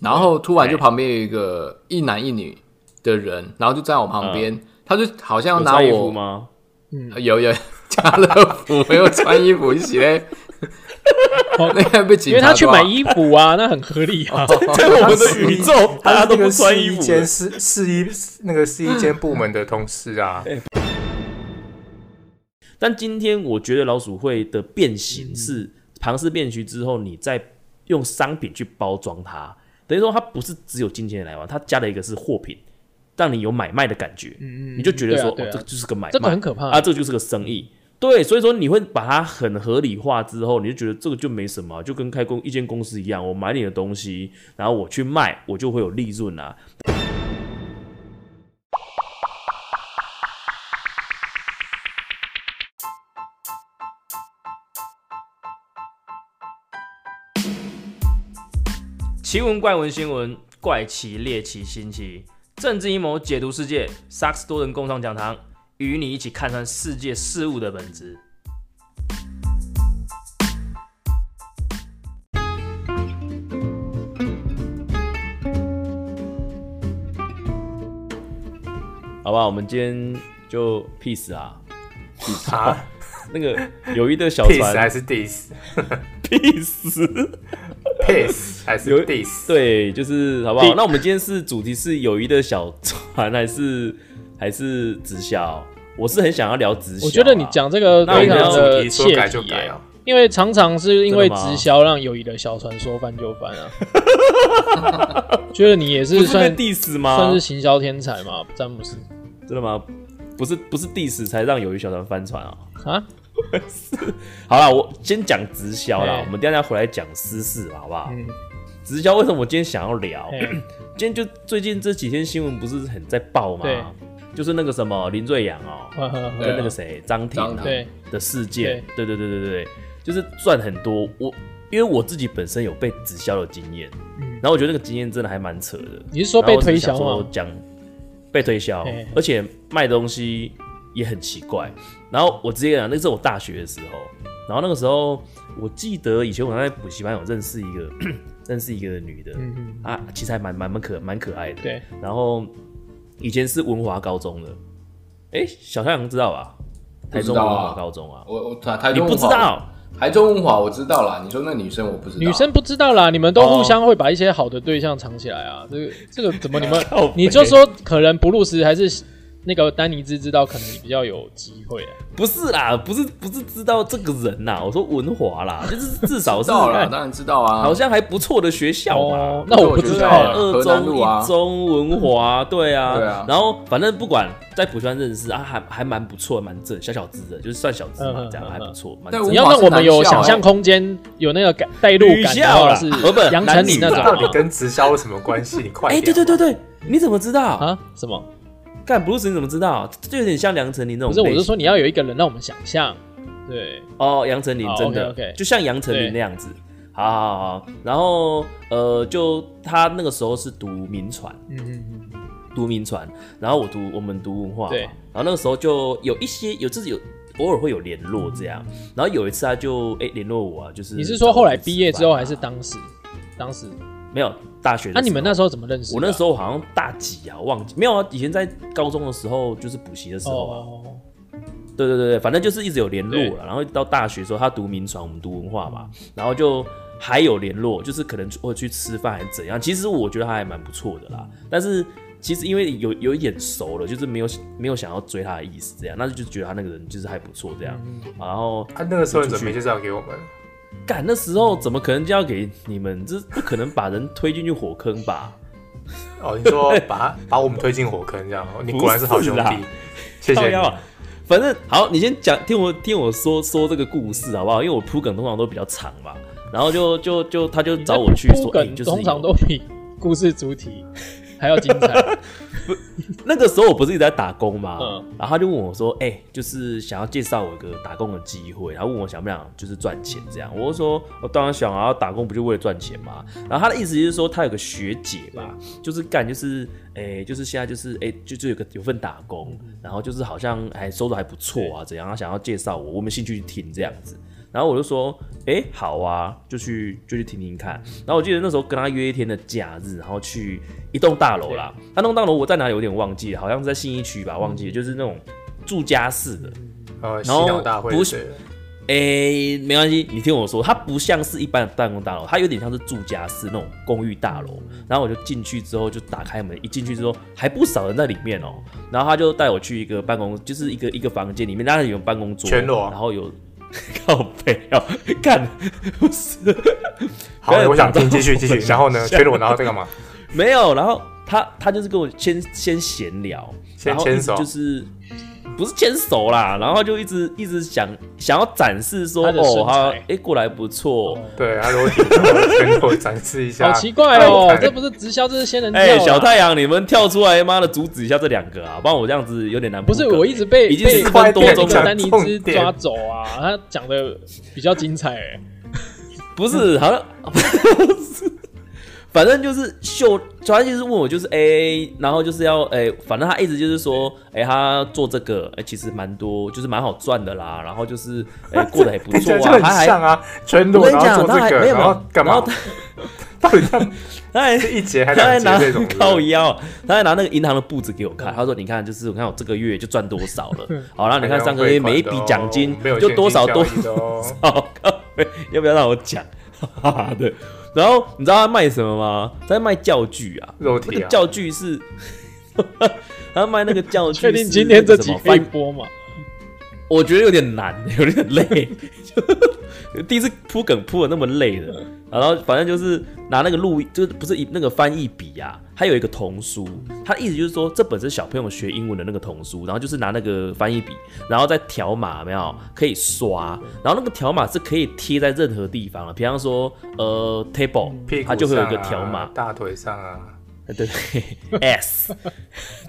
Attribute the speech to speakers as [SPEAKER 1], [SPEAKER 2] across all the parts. [SPEAKER 1] 然后突然就旁边有一个一男一女的人，然后就站我旁边，他就好像
[SPEAKER 2] 有
[SPEAKER 1] 拿
[SPEAKER 2] 穿衣服
[SPEAKER 1] 我
[SPEAKER 2] 吗？
[SPEAKER 1] 有有 家乐福没有穿衣服一起 嘞，那个被警
[SPEAKER 3] 因为
[SPEAKER 1] 察
[SPEAKER 3] 他去
[SPEAKER 1] 抓
[SPEAKER 3] 买衣服啊， 那很合理 啊。
[SPEAKER 2] 在我们的宇宙，大
[SPEAKER 4] 他
[SPEAKER 2] 家
[SPEAKER 4] 是
[SPEAKER 2] 都不
[SPEAKER 4] 那个
[SPEAKER 2] 穿
[SPEAKER 4] 试
[SPEAKER 2] 衣
[SPEAKER 4] 衣
[SPEAKER 2] 服
[SPEAKER 4] 间
[SPEAKER 2] 的。
[SPEAKER 4] 试试衣那个试衣间部门的同事啊，
[SPEAKER 2] 嗯但今天我觉得老鼠会的变形是庞氏变形之后，你再用商品去包装它，等于说它不是只有金钱来往，它加了一个是货品，让你有买卖的感觉，
[SPEAKER 3] 嗯
[SPEAKER 2] 你就觉得说、
[SPEAKER 3] 对
[SPEAKER 2] 哦，
[SPEAKER 3] 啊对啊
[SPEAKER 2] 这个就是个买卖，
[SPEAKER 3] 这个很可怕
[SPEAKER 2] 啊，这个就是个生意。对，所以说你会把它很合理化之后，你就觉得这个就没什么，就跟开工一间公司一样，我买你的东西，然后我去卖，我就会有利润啊。奇闻怪闻新闻，怪奇猎奇新奇，政治阴谋解读世界，萨克斯多人共创讲堂，与你一起看穿世界事物的本质。好吧，我们今天就 peace 啊，peace
[SPEAKER 4] 啊，
[SPEAKER 2] 那个友谊的小
[SPEAKER 4] piss 还
[SPEAKER 2] 船
[SPEAKER 4] 是 dis
[SPEAKER 2] peace。
[SPEAKER 4] piss 还是
[SPEAKER 2] 有
[SPEAKER 4] dis？
[SPEAKER 2] 对，就是好不好？
[SPEAKER 3] 对
[SPEAKER 2] 那我们今天是主题是友谊的小船，还是还是直销？我是很想要聊直销啊。
[SPEAKER 3] 我觉得你讲这个
[SPEAKER 2] 那我
[SPEAKER 3] 非
[SPEAKER 2] 们
[SPEAKER 3] 常
[SPEAKER 2] 要
[SPEAKER 4] 主
[SPEAKER 3] 的
[SPEAKER 4] 题
[SPEAKER 3] 切
[SPEAKER 4] 说
[SPEAKER 3] 题、
[SPEAKER 4] 改就改
[SPEAKER 2] 啊
[SPEAKER 3] 欸
[SPEAKER 4] 哦，
[SPEAKER 3] 因为常常是因为
[SPEAKER 2] 真的吗
[SPEAKER 3] 直销让友谊的小船说翻就翻啊。 觉得你也
[SPEAKER 2] 不
[SPEAKER 3] 是
[SPEAKER 2] 是被啊
[SPEAKER 3] 算
[SPEAKER 2] diss
[SPEAKER 3] 算
[SPEAKER 2] 吗
[SPEAKER 3] 是？行销天才嘛，詹姆斯
[SPEAKER 2] 真的吗？不是不是 diss 才让友谊小船翻船啊！
[SPEAKER 3] 啊？
[SPEAKER 2] 好啦，我先讲直销啦，
[SPEAKER 3] 哎
[SPEAKER 2] 我们等一下回来讲私事好不好？
[SPEAKER 3] 嗯，
[SPEAKER 2] 直销为什么我今天想要聊？
[SPEAKER 3] 嘿
[SPEAKER 2] 今天就最近这几天新闻不是很在爆吗
[SPEAKER 3] 对？
[SPEAKER 2] 就是那个什么林瑞阳哦、
[SPEAKER 3] 呵呵呵
[SPEAKER 2] 跟那个谁张庭
[SPEAKER 1] 张
[SPEAKER 2] 啊
[SPEAKER 1] 庭
[SPEAKER 3] 对
[SPEAKER 2] 的世界，对对对对对，对就是赚很多。我因为我自己本身有被直销的经验，
[SPEAKER 3] 嗯
[SPEAKER 2] 然后我觉得那个经验真的还蛮扯的。
[SPEAKER 3] 你是说被推销吗啊
[SPEAKER 2] 然后我只想说讲被推销
[SPEAKER 3] 嘿，
[SPEAKER 2] 而且卖东西也很奇怪。然后我直接讲，那是我大学的时候，然后那个时候我记得以前我在补习班有认识一个 认识一个女的，
[SPEAKER 3] 嗯嗯，
[SPEAKER 2] 啊，其实还蛮蛮蛮可蛮可爱的。
[SPEAKER 3] 对，
[SPEAKER 2] 然后以前是文华高中的，哎、小太阳知道吧？台中文华高中啊，
[SPEAKER 1] 我我台台
[SPEAKER 2] 你
[SPEAKER 1] 中
[SPEAKER 2] 不
[SPEAKER 1] 文
[SPEAKER 2] 知
[SPEAKER 1] 华，
[SPEAKER 2] 道？
[SPEAKER 1] 台中文华我知道啦。你说那女生我不知道，
[SPEAKER 3] 女生不知道啦，你们都
[SPEAKER 2] 哦
[SPEAKER 3] 互相会把一些好的对象藏起来啊。这个这个怎么你 们
[SPEAKER 2] 靠北
[SPEAKER 3] 你就说可能布鲁斯还是那个丹尼兹知道，可能比较有机会啊。
[SPEAKER 2] 不是啦，不是不是知道这个人呐，我说文华啦，就是至少
[SPEAKER 1] 知
[SPEAKER 2] 是
[SPEAKER 1] 道啦，当然知道啊。
[SPEAKER 2] 好像还不错的学校嘛。
[SPEAKER 3] 哦，那我不知
[SPEAKER 1] 对
[SPEAKER 3] 道
[SPEAKER 1] 啊
[SPEAKER 3] 啊。
[SPEAKER 2] 二
[SPEAKER 1] 河南路啊
[SPEAKER 2] 中、一中、文华，对啊，
[SPEAKER 1] 对啊
[SPEAKER 2] 然后反正不管在补习班认识啊，还还蛮不错，蛮正，小小资的，就是算小资嘛
[SPEAKER 3] 嗯，嗯
[SPEAKER 2] 这样
[SPEAKER 3] 嗯
[SPEAKER 2] 还
[SPEAKER 3] 嗯
[SPEAKER 2] 不错，蛮
[SPEAKER 1] 但
[SPEAKER 2] 正
[SPEAKER 1] 我
[SPEAKER 3] 你要让我们有想象空间，有那个感代入感
[SPEAKER 2] 女
[SPEAKER 3] 的
[SPEAKER 2] 校
[SPEAKER 3] 话
[SPEAKER 2] 啦
[SPEAKER 3] 是
[SPEAKER 2] 哦不
[SPEAKER 3] 杨丞琳那
[SPEAKER 2] 男女
[SPEAKER 3] 种
[SPEAKER 4] 到底跟直销有什么关系？你快
[SPEAKER 2] 哎、
[SPEAKER 4] 点！
[SPEAKER 2] 对对对对，你怎么知道？
[SPEAKER 3] 啊？什么？
[SPEAKER 2] 干布鲁斯你怎么知道？这有点像杨丞琳那种
[SPEAKER 3] 不
[SPEAKER 2] 类
[SPEAKER 3] 是，
[SPEAKER 2] 型。
[SPEAKER 3] 我是说你要有一个人让我们想象。对，
[SPEAKER 2] 哦，杨丞琳
[SPEAKER 3] 好
[SPEAKER 2] 真的
[SPEAKER 3] OK，OK
[SPEAKER 2] 就像杨丞琳那样子。好好好好，然后呃，就他那个时候是读民传，
[SPEAKER 3] 嗯嗯嗯，
[SPEAKER 2] 读民传，然后我读我们读文化嘛，
[SPEAKER 3] 对
[SPEAKER 2] 然后那个时候就有一些有自己有偶尔会有联络这样，然后有一次他就哎联、络我啊，就是
[SPEAKER 3] 你是说后来毕业之后
[SPEAKER 2] 找我
[SPEAKER 3] 还
[SPEAKER 2] 一起吃
[SPEAKER 3] 是
[SPEAKER 2] 饭啊
[SPEAKER 3] 当时？当时？啊
[SPEAKER 2] 没有大学的时候？
[SPEAKER 3] 那你们那时候怎么认识的啊？
[SPEAKER 2] 我那时候好像大几啊，忘记没有啊，以前在高中的时候就是补习的时候啊，
[SPEAKER 3] 哦，
[SPEAKER 2] 对对对对，反正就是一直有联络
[SPEAKER 3] 对
[SPEAKER 2] 了。然后到大学的时候，他读民传，我们读文化嘛，然后就还有联络，就是可能会去吃饭还是怎样。其实我觉得他还蛮不错的啦，但是其实因为有有一点熟了，就是没有没有想要追他的意思，这样，那就觉得他那个人就是还不错这样。然后
[SPEAKER 4] 他啊那个时候你怎么没介绍给我们？
[SPEAKER 2] 干那时候怎么可能就要给你们？这不可能把人推进去火坑吧？
[SPEAKER 4] 哦，你 说把他把我们推进火坑这样，哦你果然是好兄
[SPEAKER 2] 不是
[SPEAKER 4] 弟
[SPEAKER 2] 啦，
[SPEAKER 4] 谢谢
[SPEAKER 2] 靠
[SPEAKER 4] 你
[SPEAKER 2] 腰。啊。反正好，你先讲，听我听我说说这个故事好不好？因为我铺梗通常都比较长嘛，然后就就就他就
[SPEAKER 3] 你
[SPEAKER 2] 找
[SPEAKER 3] 那
[SPEAKER 2] 我去
[SPEAKER 3] 铺
[SPEAKER 2] 说，哎
[SPEAKER 3] 梗
[SPEAKER 2] 就是
[SPEAKER 3] 通常
[SPEAKER 2] 有
[SPEAKER 3] 都比故事主体还要精彩。
[SPEAKER 2] 那个时候我不是一直在打工嘛，
[SPEAKER 3] 嗯
[SPEAKER 2] 然后他就问我说，哎、就是想要介绍我一个打工的机会，然后问我想不想就是赚钱这样，我就说我当然想啊，打工不就为了赚钱嘛。然后他的意思就是说他有个学姐吧，就是干就是哎、就是现在就是哎、就就有个有份打工，然后就是好像还收入还不错啊，怎样，他想要介绍我，我们兴趣去听这样子。然后我就说，哎、好啊，就去就去听听看。然后我记得那时候跟他约一天的假日，然后去一栋大楼啦。那栋大楼我在哪里有点忘记了，好像是在信义区吧，忘记了，就是那种住家式的。
[SPEAKER 4] 呃，洗
[SPEAKER 2] 然后
[SPEAKER 4] 脑大会
[SPEAKER 2] 不
[SPEAKER 4] 对
[SPEAKER 2] 是诶、没关系，你听我说，它不像是一般的办公大楼，它有点像是住家式那种公寓大楼。
[SPEAKER 4] 嗯
[SPEAKER 2] 然后我就进去之后，就打开门，一进去之后还不少人在里面哦、然后他就带我去一个办公，就是一个一个房间里面，当然有办公桌，
[SPEAKER 4] 全裸啊
[SPEAKER 2] 然后有 靠背哦、看不是
[SPEAKER 4] 好，我想听，继续继续。然后呢，全裸，然后在干嘛？
[SPEAKER 2] 没有，然后他他就是跟我先先闲聊，
[SPEAKER 4] 先
[SPEAKER 2] 然后一
[SPEAKER 4] 牵
[SPEAKER 2] 直
[SPEAKER 4] 手
[SPEAKER 2] 就是不是牵手啦，然后就一直一直想想要展示说
[SPEAKER 3] 他的身
[SPEAKER 2] 哦，他哎
[SPEAKER 3] 材、
[SPEAKER 2] 诶过来不错。
[SPEAKER 4] 对，他裸 体，然后全裸展示一下。
[SPEAKER 3] 好奇怪哦
[SPEAKER 4] 哎，
[SPEAKER 3] 这不是直销，这是仙人跳啦。啊
[SPEAKER 2] 哎、小太阳，你们跳出来，妈的，阻止一下这两个啊，不然我这样子有点难。
[SPEAKER 3] 不是，我一直被
[SPEAKER 2] 已经
[SPEAKER 3] 被
[SPEAKER 2] 四分多钟
[SPEAKER 3] 被
[SPEAKER 4] 讲
[SPEAKER 2] 了，
[SPEAKER 3] 丹尼
[SPEAKER 4] 重
[SPEAKER 3] 兹
[SPEAKER 4] 点
[SPEAKER 3] 抓走啊！他讲的比较精彩、 欸，
[SPEAKER 2] 不是，
[SPEAKER 4] 嗯
[SPEAKER 2] 好像， 反正就是秀，反正就是问我就是哎、然后就是要哎、反正他一直就是说哎、他做这个哎、其实蛮多，就是蛮好赚的啦，然后就是 哎、过得也不
[SPEAKER 4] 听起
[SPEAKER 2] 错
[SPEAKER 4] 来就
[SPEAKER 2] 啊，
[SPEAKER 4] 很
[SPEAKER 2] 他还
[SPEAKER 4] 像啊，全
[SPEAKER 2] 我
[SPEAKER 4] 裸
[SPEAKER 2] 跟你
[SPEAKER 4] 然
[SPEAKER 2] 讲，
[SPEAKER 4] 后做
[SPEAKER 2] 他还
[SPEAKER 4] 这个，
[SPEAKER 2] 没有没
[SPEAKER 4] 然
[SPEAKER 2] 有
[SPEAKER 4] 后干
[SPEAKER 2] 然
[SPEAKER 4] 嘛
[SPEAKER 2] 后？
[SPEAKER 4] 到底像
[SPEAKER 2] 他还
[SPEAKER 4] 是一节还
[SPEAKER 2] 他还
[SPEAKER 4] 两
[SPEAKER 2] 拿
[SPEAKER 4] 节这种？
[SPEAKER 2] 靠腰，他还拿那个银行的簿子给我看，他说：“你看，就是我看我这个月就赚多少了， 好，然后你看上个月每一笔奖金
[SPEAKER 4] 哦没有
[SPEAKER 2] 就多少多
[SPEAKER 4] 现金交易的 哦
[SPEAKER 2] 好，靠背要不要让我讲？哈哈，对。然后你知道他卖什么吗？他在卖教具啊，
[SPEAKER 4] 肉
[SPEAKER 2] 那
[SPEAKER 4] 体
[SPEAKER 2] 个
[SPEAKER 4] 啊，
[SPEAKER 2] 教具是， 他卖那个教具是
[SPEAKER 3] 确定今天这
[SPEAKER 2] 什
[SPEAKER 3] 集
[SPEAKER 2] 么
[SPEAKER 3] 可以
[SPEAKER 2] 翻？
[SPEAKER 3] 播吗？
[SPEAKER 2] 我觉得有点难， 有点累，就第一次铺梗铺的那么累
[SPEAKER 4] 嗯
[SPEAKER 2] 的。然后反正就是拿那个录，就是不是一那个翻译笔啊，还有一个童书，他意思就是说这本是小朋友学英文的那个童书，然后就是拿那个翻译笔，然后再条码有没有可以刷，然后那个条码是可以贴在任何地方的，比方说呃 table，
[SPEAKER 4] 屁股
[SPEAKER 2] 它就会有一
[SPEAKER 4] 上
[SPEAKER 2] 个
[SPEAKER 4] 啊
[SPEAKER 2] 条码，
[SPEAKER 4] 大腿上啊，
[SPEAKER 2] 对对 ，S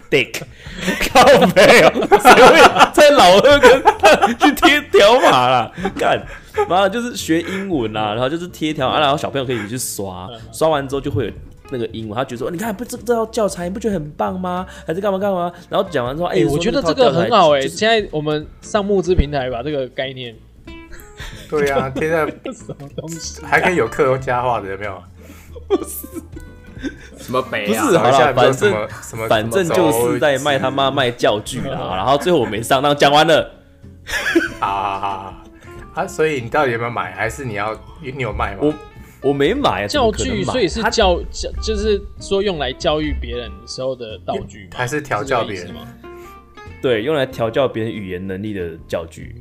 [SPEAKER 2] dick 靠背哦，谁会在老二跟他去贴条码啦？ 干妈的就是学英文啊啦，然后就是贴条码，然后小朋友可以去刷，刷完之后就会有。那个英文，他觉得说，你看，不这这套教材，你不觉得很棒吗？还是干嘛干嘛？然后讲完之后，哎、
[SPEAKER 3] 哎、我
[SPEAKER 2] 说
[SPEAKER 3] 觉
[SPEAKER 2] 那
[SPEAKER 3] 得
[SPEAKER 2] 套
[SPEAKER 3] 这个
[SPEAKER 2] 教材
[SPEAKER 3] 很好哎、
[SPEAKER 2] 就是
[SPEAKER 3] 现在我们上募资平台把这个概念，
[SPEAKER 4] 对 啊，贴在
[SPEAKER 3] 什么东西？
[SPEAKER 4] 还可以有客家话的，有没有？
[SPEAKER 1] 什么北啊？
[SPEAKER 2] 不是好
[SPEAKER 4] 好
[SPEAKER 2] 啦
[SPEAKER 4] 像
[SPEAKER 2] 反
[SPEAKER 4] 有什么什么，
[SPEAKER 2] 反正就是在卖他妈卖教具 啦。然后最后我没上当，讲完了，
[SPEAKER 4] 啊啊啊！所以你到底有没有买？还是你要你有卖吗？
[SPEAKER 2] 我我没买，啊怎
[SPEAKER 3] 教
[SPEAKER 2] 么可能
[SPEAKER 3] 具，
[SPEAKER 2] 买
[SPEAKER 3] 所以是
[SPEAKER 2] 他
[SPEAKER 3] 教教，就是说用来教育别人时候的道具吗？
[SPEAKER 4] 还是调教别
[SPEAKER 3] 是
[SPEAKER 4] 人
[SPEAKER 3] 这个意思吗？
[SPEAKER 2] 对，用来调教别人语言能力的教具。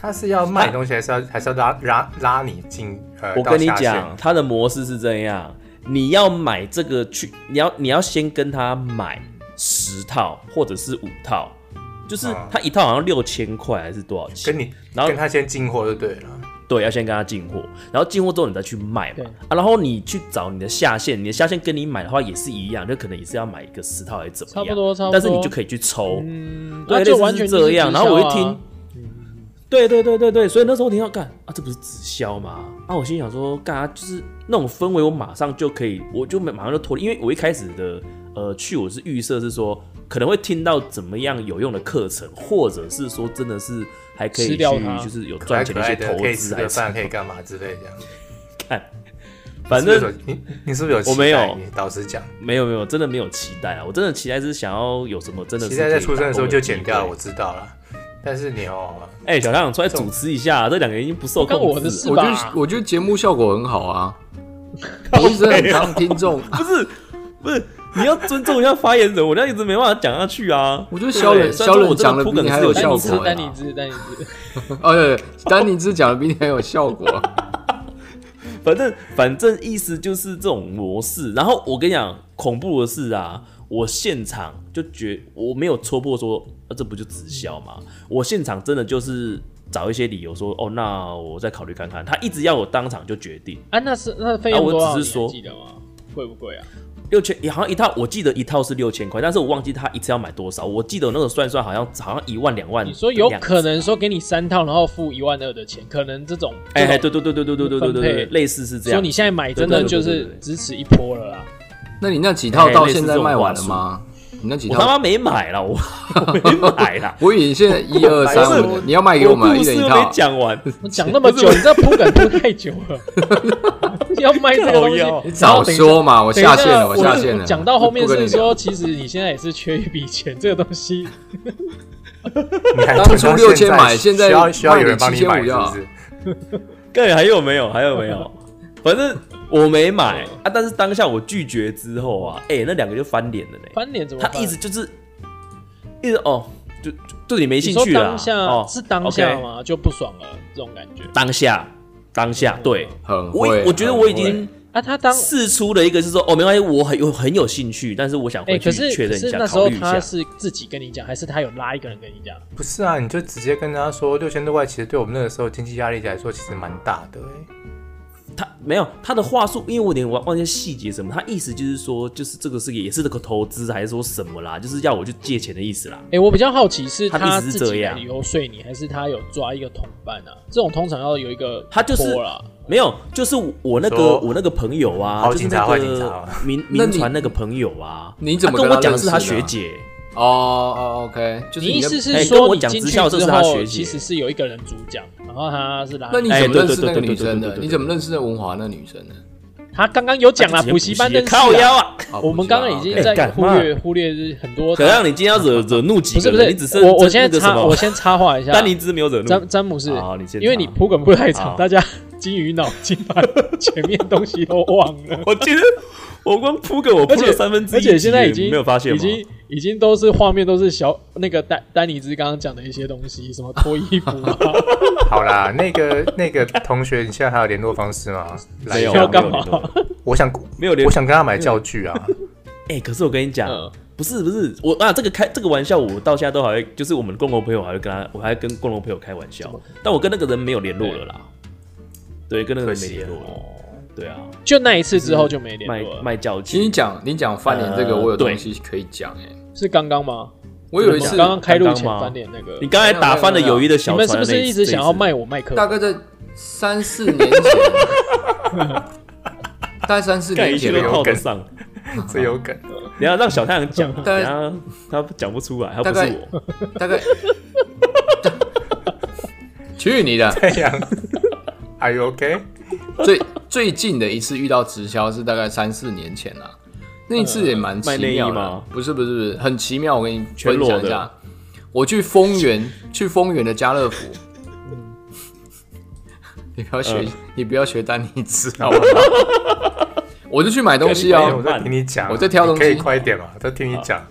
[SPEAKER 4] 他是要卖东西，还是要还是要拉拉拉你进？呃，
[SPEAKER 2] 啊我
[SPEAKER 4] 到
[SPEAKER 2] 跟你
[SPEAKER 4] 下线
[SPEAKER 2] 讲，，它的模式是这样：你要买这个去，你要你要先跟他买十套或者是五套，就是
[SPEAKER 4] 啊
[SPEAKER 2] 他一套好像六千块还是多少钱？
[SPEAKER 4] 跟你
[SPEAKER 2] 然后
[SPEAKER 4] 跟他先进货就对了。
[SPEAKER 2] 对，要先跟他进货，然后进货之后你再去卖嘛
[SPEAKER 3] 对。
[SPEAKER 2] 啊，然后你去找你的下线，你的下线跟你买的话也是一样，就可能也是要买一个十套还是怎么样？
[SPEAKER 3] 差不多差不多
[SPEAKER 2] 但是你就可以去抽，
[SPEAKER 3] 嗯，
[SPEAKER 2] 对，类
[SPEAKER 3] 那就
[SPEAKER 2] 似
[SPEAKER 3] 完
[SPEAKER 2] 是
[SPEAKER 3] 全就
[SPEAKER 2] 这
[SPEAKER 3] 是
[SPEAKER 2] 样。
[SPEAKER 3] 直
[SPEAKER 2] 然后我
[SPEAKER 3] 销
[SPEAKER 2] 一
[SPEAKER 3] 啊
[SPEAKER 2] 听，
[SPEAKER 4] 嗯
[SPEAKER 2] 对对对对对，所以那时候我听到干啊，这不是直销吗？啊，我心想说干啊，就是那种氛围，我马上就可以，我就马上就脱离，因为我一开始的呃去我是预设是说可能会听到怎么样有用的课程，或者是说真的是还可以
[SPEAKER 3] 吃
[SPEAKER 2] 去
[SPEAKER 3] 掉它
[SPEAKER 2] 就是有
[SPEAKER 4] 可爱
[SPEAKER 2] 赚钱的一些
[SPEAKER 4] 可爱的，可
[SPEAKER 2] 投
[SPEAKER 4] 以
[SPEAKER 2] 资
[SPEAKER 4] 吃
[SPEAKER 2] 还
[SPEAKER 4] 个
[SPEAKER 2] 是
[SPEAKER 4] 饭，可以干嘛之类的。
[SPEAKER 2] 看，反
[SPEAKER 4] 是不是
[SPEAKER 2] 正
[SPEAKER 4] 有你你是不是有期待？
[SPEAKER 2] 我没有
[SPEAKER 4] 你老实讲，
[SPEAKER 2] 没有没有，真的没有期待啊，我真的期待是想要有什么真的是
[SPEAKER 4] 期待在
[SPEAKER 2] 可以
[SPEAKER 4] 出生的时候
[SPEAKER 2] 打动
[SPEAKER 4] 就
[SPEAKER 2] 机
[SPEAKER 4] 剪掉了，
[SPEAKER 2] 会
[SPEAKER 4] 我。知道了。但是 你哦，
[SPEAKER 2] 哎、小亮出来主持一下、啊这两个人已经不受
[SPEAKER 3] 关
[SPEAKER 2] 控制了。
[SPEAKER 3] 我的事
[SPEAKER 1] 我
[SPEAKER 3] 吧
[SPEAKER 1] 觉得我觉得节目效果很好啊，我一直很当听众。
[SPEAKER 2] 不是不是，你要尊重一下发言人，我这样一直没办法讲下去啊。
[SPEAKER 1] 我觉得小冷
[SPEAKER 2] 对虽然
[SPEAKER 1] 小
[SPEAKER 2] 说
[SPEAKER 1] 冷
[SPEAKER 2] 我真的
[SPEAKER 1] 讲的
[SPEAKER 2] 铺
[SPEAKER 1] 比
[SPEAKER 2] 梗
[SPEAKER 1] 你
[SPEAKER 2] 是
[SPEAKER 1] 还
[SPEAKER 2] 有啊
[SPEAKER 1] 有
[SPEAKER 3] 丹
[SPEAKER 1] 效
[SPEAKER 3] 尼
[SPEAKER 2] 意思
[SPEAKER 1] 果欸
[SPEAKER 3] 兹，丹尼兹，丹尼兹，
[SPEAKER 1] 哦，对，对丹尼兹讲的比你很有效果。
[SPEAKER 2] 反正反正意思就是这种模式。然后我跟你讲，恐怖的是啊，我现场就觉我没有戳破说，啊、这不就直销吗？我现场真的就是找一些理由说，哦，那我再考虑看看。他一直要我当场就决定
[SPEAKER 3] 啊，那是那费用
[SPEAKER 2] 啊我
[SPEAKER 3] 多少？
[SPEAKER 2] 只
[SPEAKER 3] 你
[SPEAKER 2] 是
[SPEAKER 3] 还
[SPEAKER 2] 说
[SPEAKER 3] 记得吗？贵不贵啊？
[SPEAKER 2] 六千，好像一套，我记得一套是六千块，但是我忘记他一次要买多少。我记得我那个算一算好像好像一万两万。
[SPEAKER 3] 你说有可？能说给你三套，然后付一万二的钱，可能这种，
[SPEAKER 2] 哎、
[SPEAKER 3] 这
[SPEAKER 2] 哎，
[SPEAKER 3] 种
[SPEAKER 2] 对对对对对对对对对对，类似是这样。
[SPEAKER 3] 说你现在买真的就是支持一波了啦。
[SPEAKER 2] 哎
[SPEAKER 1] 那你那几套到现在卖完了吗？你那几
[SPEAKER 2] 我他
[SPEAKER 1] 套
[SPEAKER 2] 妈没买了，我我没买啦。
[SPEAKER 1] 我以为你 现在一二三
[SPEAKER 2] 白色
[SPEAKER 1] 五，你要卖给我们
[SPEAKER 2] 故
[SPEAKER 1] 一人
[SPEAKER 2] 事
[SPEAKER 1] 一
[SPEAKER 2] 又没
[SPEAKER 1] 套，
[SPEAKER 2] 讲完，
[SPEAKER 3] 我讲那么久，你这铺梗铺太久了， 要卖这个东西
[SPEAKER 2] 靠腰，
[SPEAKER 3] 你
[SPEAKER 1] 早说嘛！我
[SPEAKER 3] 等一下
[SPEAKER 1] 下线了，我下线了。
[SPEAKER 3] 讲到后面
[SPEAKER 1] 不跟
[SPEAKER 3] 是
[SPEAKER 1] 你聊，
[SPEAKER 3] 说，其实你现在也是缺一笔钱，这个东西
[SPEAKER 4] 你还
[SPEAKER 1] 当初
[SPEAKER 4] 存
[SPEAKER 1] 6000
[SPEAKER 4] 到现在
[SPEAKER 1] 买现在
[SPEAKER 4] 需要需要
[SPEAKER 1] 卖
[SPEAKER 4] 有人
[SPEAKER 1] 你
[SPEAKER 4] 帮你
[SPEAKER 1] 7500
[SPEAKER 4] 买，是
[SPEAKER 1] 要
[SPEAKER 4] 不是？
[SPEAKER 2] 对，还有没有？还有没有？反正我没买啊，但是当下我拒绝之后啊，哎、那两个就翻脸了呢。
[SPEAKER 3] 翻脸怎么
[SPEAKER 2] 他
[SPEAKER 3] 办？
[SPEAKER 2] 一直就是一直哦，就就对你没
[SPEAKER 3] 你
[SPEAKER 2] 兴
[SPEAKER 3] 说
[SPEAKER 2] 趣了啊。
[SPEAKER 3] 当下、
[SPEAKER 2] 哦
[SPEAKER 3] 是当下
[SPEAKER 2] OK
[SPEAKER 3] 吗就不爽了这种感觉
[SPEAKER 2] 当下，当下，对
[SPEAKER 1] 很
[SPEAKER 2] 我
[SPEAKER 1] 会，
[SPEAKER 2] 我觉得
[SPEAKER 1] 很
[SPEAKER 2] 我已
[SPEAKER 1] 会
[SPEAKER 2] 经
[SPEAKER 3] 啊？他当
[SPEAKER 2] 试出了一个，是说哦，没关系，我很有很有兴趣，但是我想
[SPEAKER 3] 哎、
[SPEAKER 2] 回去
[SPEAKER 3] 可是
[SPEAKER 2] 确
[SPEAKER 3] 可
[SPEAKER 2] 认一
[SPEAKER 3] 是
[SPEAKER 2] 下，
[SPEAKER 3] 那时
[SPEAKER 2] 考
[SPEAKER 3] 候
[SPEAKER 2] 虑一
[SPEAKER 3] 他
[SPEAKER 2] 下。
[SPEAKER 3] 是自己跟你讲，还是他有拉一个人跟你讲？
[SPEAKER 4] 不是啊，你就直接跟他说六千多块，其实对我们那个时候经济压力来说，其实蛮大的、欸。
[SPEAKER 2] 他没有他的话术，因为我有点忘忘记细节什么，他意思就是说，就是这个是也是这个投资还是说什么啦，就是要我去借钱的意思啦。
[SPEAKER 3] 哎、我比较好奇是
[SPEAKER 2] 他
[SPEAKER 3] 他
[SPEAKER 2] 一直
[SPEAKER 3] 自
[SPEAKER 2] 是
[SPEAKER 3] 己
[SPEAKER 2] 这
[SPEAKER 3] 来
[SPEAKER 2] 样
[SPEAKER 3] 游说你，还是他有抓一个同伴啊？这种通常要有一个
[SPEAKER 2] 他就是
[SPEAKER 3] 托啦，
[SPEAKER 2] 没有，就是我那个
[SPEAKER 4] 说
[SPEAKER 2] 我那个朋友啊，
[SPEAKER 4] 好
[SPEAKER 2] 就是
[SPEAKER 4] 警察
[SPEAKER 2] 那
[SPEAKER 4] 坏警察
[SPEAKER 2] 个
[SPEAKER 4] 啊
[SPEAKER 2] 民
[SPEAKER 1] 那
[SPEAKER 2] 民
[SPEAKER 1] 你
[SPEAKER 2] 传那个朋友啊，
[SPEAKER 1] 你怎
[SPEAKER 2] 他
[SPEAKER 1] 么
[SPEAKER 2] 跟
[SPEAKER 1] 跟
[SPEAKER 2] 我
[SPEAKER 1] 他
[SPEAKER 2] 讲
[SPEAKER 1] 认
[SPEAKER 2] 是他
[SPEAKER 1] 识的
[SPEAKER 2] 学
[SPEAKER 1] 啊
[SPEAKER 2] 姐，
[SPEAKER 1] 哦哦，OK，就是
[SPEAKER 3] 你意
[SPEAKER 1] 的
[SPEAKER 3] 思是
[SPEAKER 2] 哎跟
[SPEAKER 3] 说
[SPEAKER 2] 我
[SPEAKER 3] 你
[SPEAKER 2] 讲
[SPEAKER 3] 进
[SPEAKER 2] 直
[SPEAKER 3] 去
[SPEAKER 2] 销这
[SPEAKER 3] 之
[SPEAKER 2] 是他
[SPEAKER 3] 后，
[SPEAKER 2] 学
[SPEAKER 3] 其
[SPEAKER 2] 姐
[SPEAKER 3] 实是有一个人主讲，然后他是拉
[SPEAKER 1] 那你
[SPEAKER 2] 哎
[SPEAKER 1] 怎么
[SPEAKER 2] 对
[SPEAKER 1] 认识
[SPEAKER 2] 对
[SPEAKER 1] 那个
[SPEAKER 2] 对对
[SPEAKER 1] 女生
[SPEAKER 2] 对对
[SPEAKER 1] 的？
[SPEAKER 2] 对
[SPEAKER 1] 你怎么认识那文华那女生的？
[SPEAKER 3] 他刚刚有讲
[SPEAKER 2] 他
[SPEAKER 3] 了
[SPEAKER 2] 直接
[SPEAKER 3] 补习班
[SPEAKER 2] 的
[SPEAKER 3] 认识啊
[SPEAKER 2] 靠腰啊，
[SPEAKER 1] 哦
[SPEAKER 3] 我们刚刚已经
[SPEAKER 1] 不知道
[SPEAKER 3] 在
[SPEAKER 1] ，OK
[SPEAKER 2] 干
[SPEAKER 3] 忽略忽略很多
[SPEAKER 2] 可让你今天要惹惹怒几
[SPEAKER 3] 不
[SPEAKER 2] 个
[SPEAKER 3] 是不
[SPEAKER 2] 人？你只
[SPEAKER 3] 是，
[SPEAKER 2] 剩
[SPEAKER 3] 我我
[SPEAKER 2] 这
[SPEAKER 3] 先
[SPEAKER 2] 那个什
[SPEAKER 3] 插
[SPEAKER 2] 么
[SPEAKER 3] 我先插话一下，
[SPEAKER 2] 丹尼兹没有惹怒，
[SPEAKER 3] 詹詹姆斯，
[SPEAKER 2] 好你先
[SPEAKER 3] 因为你
[SPEAKER 2] 插
[SPEAKER 3] 铺梗铺太长，
[SPEAKER 2] 好
[SPEAKER 3] 大家金鱼脑筋把前面东西都忘了，
[SPEAKER 2] 我觉得我光铺个我铺
[SPEAKER 3] 而且
[SPEAKER 2] 了三分之一
[SPEAKER 3] 而
[SPEAKER 2] 集耶，
[SPEAKER 3] 且现在已
[SPEAKER 2] 你
[SPEAKER 3] 经
[SPEAKER 2] 没有发现
[SPEAKER 3] 已
[SPEAKER 2] 吗？
[SPEAKER 3] 经已经都是画面都是小那个丹丹尼兹刚刚讲的一些东西，什么脱衣服 啊，
[SPEAKER 4] 好啦，那个那个同学，你现在还有联络方式吗？来
[SPEAKER 2] 没有
[SPEAKER 4] 一
[SPEAKER 2] 啊
[SPEAKER 4] 下
[SPEAKER 3] 要干
[SPEAKER 2] 没有
[SPEAKER 3] 嘛
[SPEAKER 2] 联络？
[SPEAKER 4] 我想
[SPEAKER 2] 没有联
[SPEAKER 4] 我想跟他买教具啊。
[SPEAKER 2] 哎，可是我跟你讲
[SPEAKER 3] 嗯，
[SPEAKER 2] 不是不是，我啊这个开这个玩笑，我到现在都还会，就是我们共同朋友还会跟他，我还跟共同朋友开玩笑，但我跟那个人没有联络了啦。对，跟那个人没联络了。对啊，
[SPEAKER 3] 就那一次之后就没哦联
[SPEAKER 2] 卖
[SPEAKER 3] 络了，
[SPEAKER 2] 卖教
[SPEAKER 1] 其实你
[SPEAKER 2] 具，
[SPEAKER 1] 讲你讲翻脸这个，
[SPEAKER 2] 呃
[SPEAKER 1] 我有
[SPEAKER 2] 对
[SPEAKER 1] 东西可以讲哎。
[SPEAKER 3] 是刚刚吗？
[SPEAKER 1] 我有一
[SPEAKER 3] 是
[SPEAKER 1] 次，
[SPEAKER 3] 刚刚开路前
[SPEAKER 2] 呃刚刚吗
[SPEAKER 3] 翻脸那个
[SPEAKER 2] 你，刚才打翻了友谊的小
[SPEAKER 3] 你
[SPEAKER 2] 船的
[SPEAKER 3] 们
[SPEAKER 2] 那
[SPEAKER 3] 是
[SPEAKER 2] 次。
[SPEAKER 3] 不是一直想要卖我麦克？
[SPEAKER 1] 大概在三四年 前，大概三四
[SPEAKER 2] 盖
[SPEAKER 1] 年
[SPEAKER 2] 一句
[SPEAKER 1] 前
[SPEAKER 2] 都
[SPEAKER 1] 吧
[SPEAKER 2] 套得上？
[SPEAKER 4] 这有梗，
[SPEAKER 2] 你要让小太阳讲，
[SPEAKER 1] 大
[SPEAKER 2] 等
[SPEAKER 1] 概
[SPEAKER 2] 一下他讲不出来，他
[SPEAKER 1] 大
[SPEAKER 2] 不
[SPEAKER 1] 概
[SPEAKER 2] 是我。
[SPEAKER 1] 大概。 去你的！
[SPEAKER 4] 太 阳，Are you OK？
[SPEAKER 1] 最最近的一次遇到直销是大概三四年前啦、那一次也蛮奇
[SPEAKER 2] 呃卖内衣
[SPEAKER 1] 妙的、
[SPEAKER 2] 吗
[SPEAKER 1] 不是不是不是，很奇妙。我跟你
[SPEAKER 2] 全
[SPEAKER 1] 分
[SPEAKER 2] 裸
[SPEAKER 1] 享一
[SPEAKER 2] 的
[SPEAKER 1] 下，我去丰原，去丰原的家乐福。 你不要学，
[SPEAKER 2] 嗯
[SPEAKER 1] 你不要学丹尼兹
[SPEAKER 2] 哦
[SPEAKER 1] 好吗？我就去买东西
[SPEAKER 2] 对
[SPEAKER 1] 啊、
[SPEAKER 2] 啊
[SPEAKER 4] 哎没有我在听你讲，
[SPEAKER 1] 我在挑东西
[SPEAKER 4] 你可以快一点嘛，我在
[SPEAKER 2] 哦
[SPEAKER 4] 听你讲。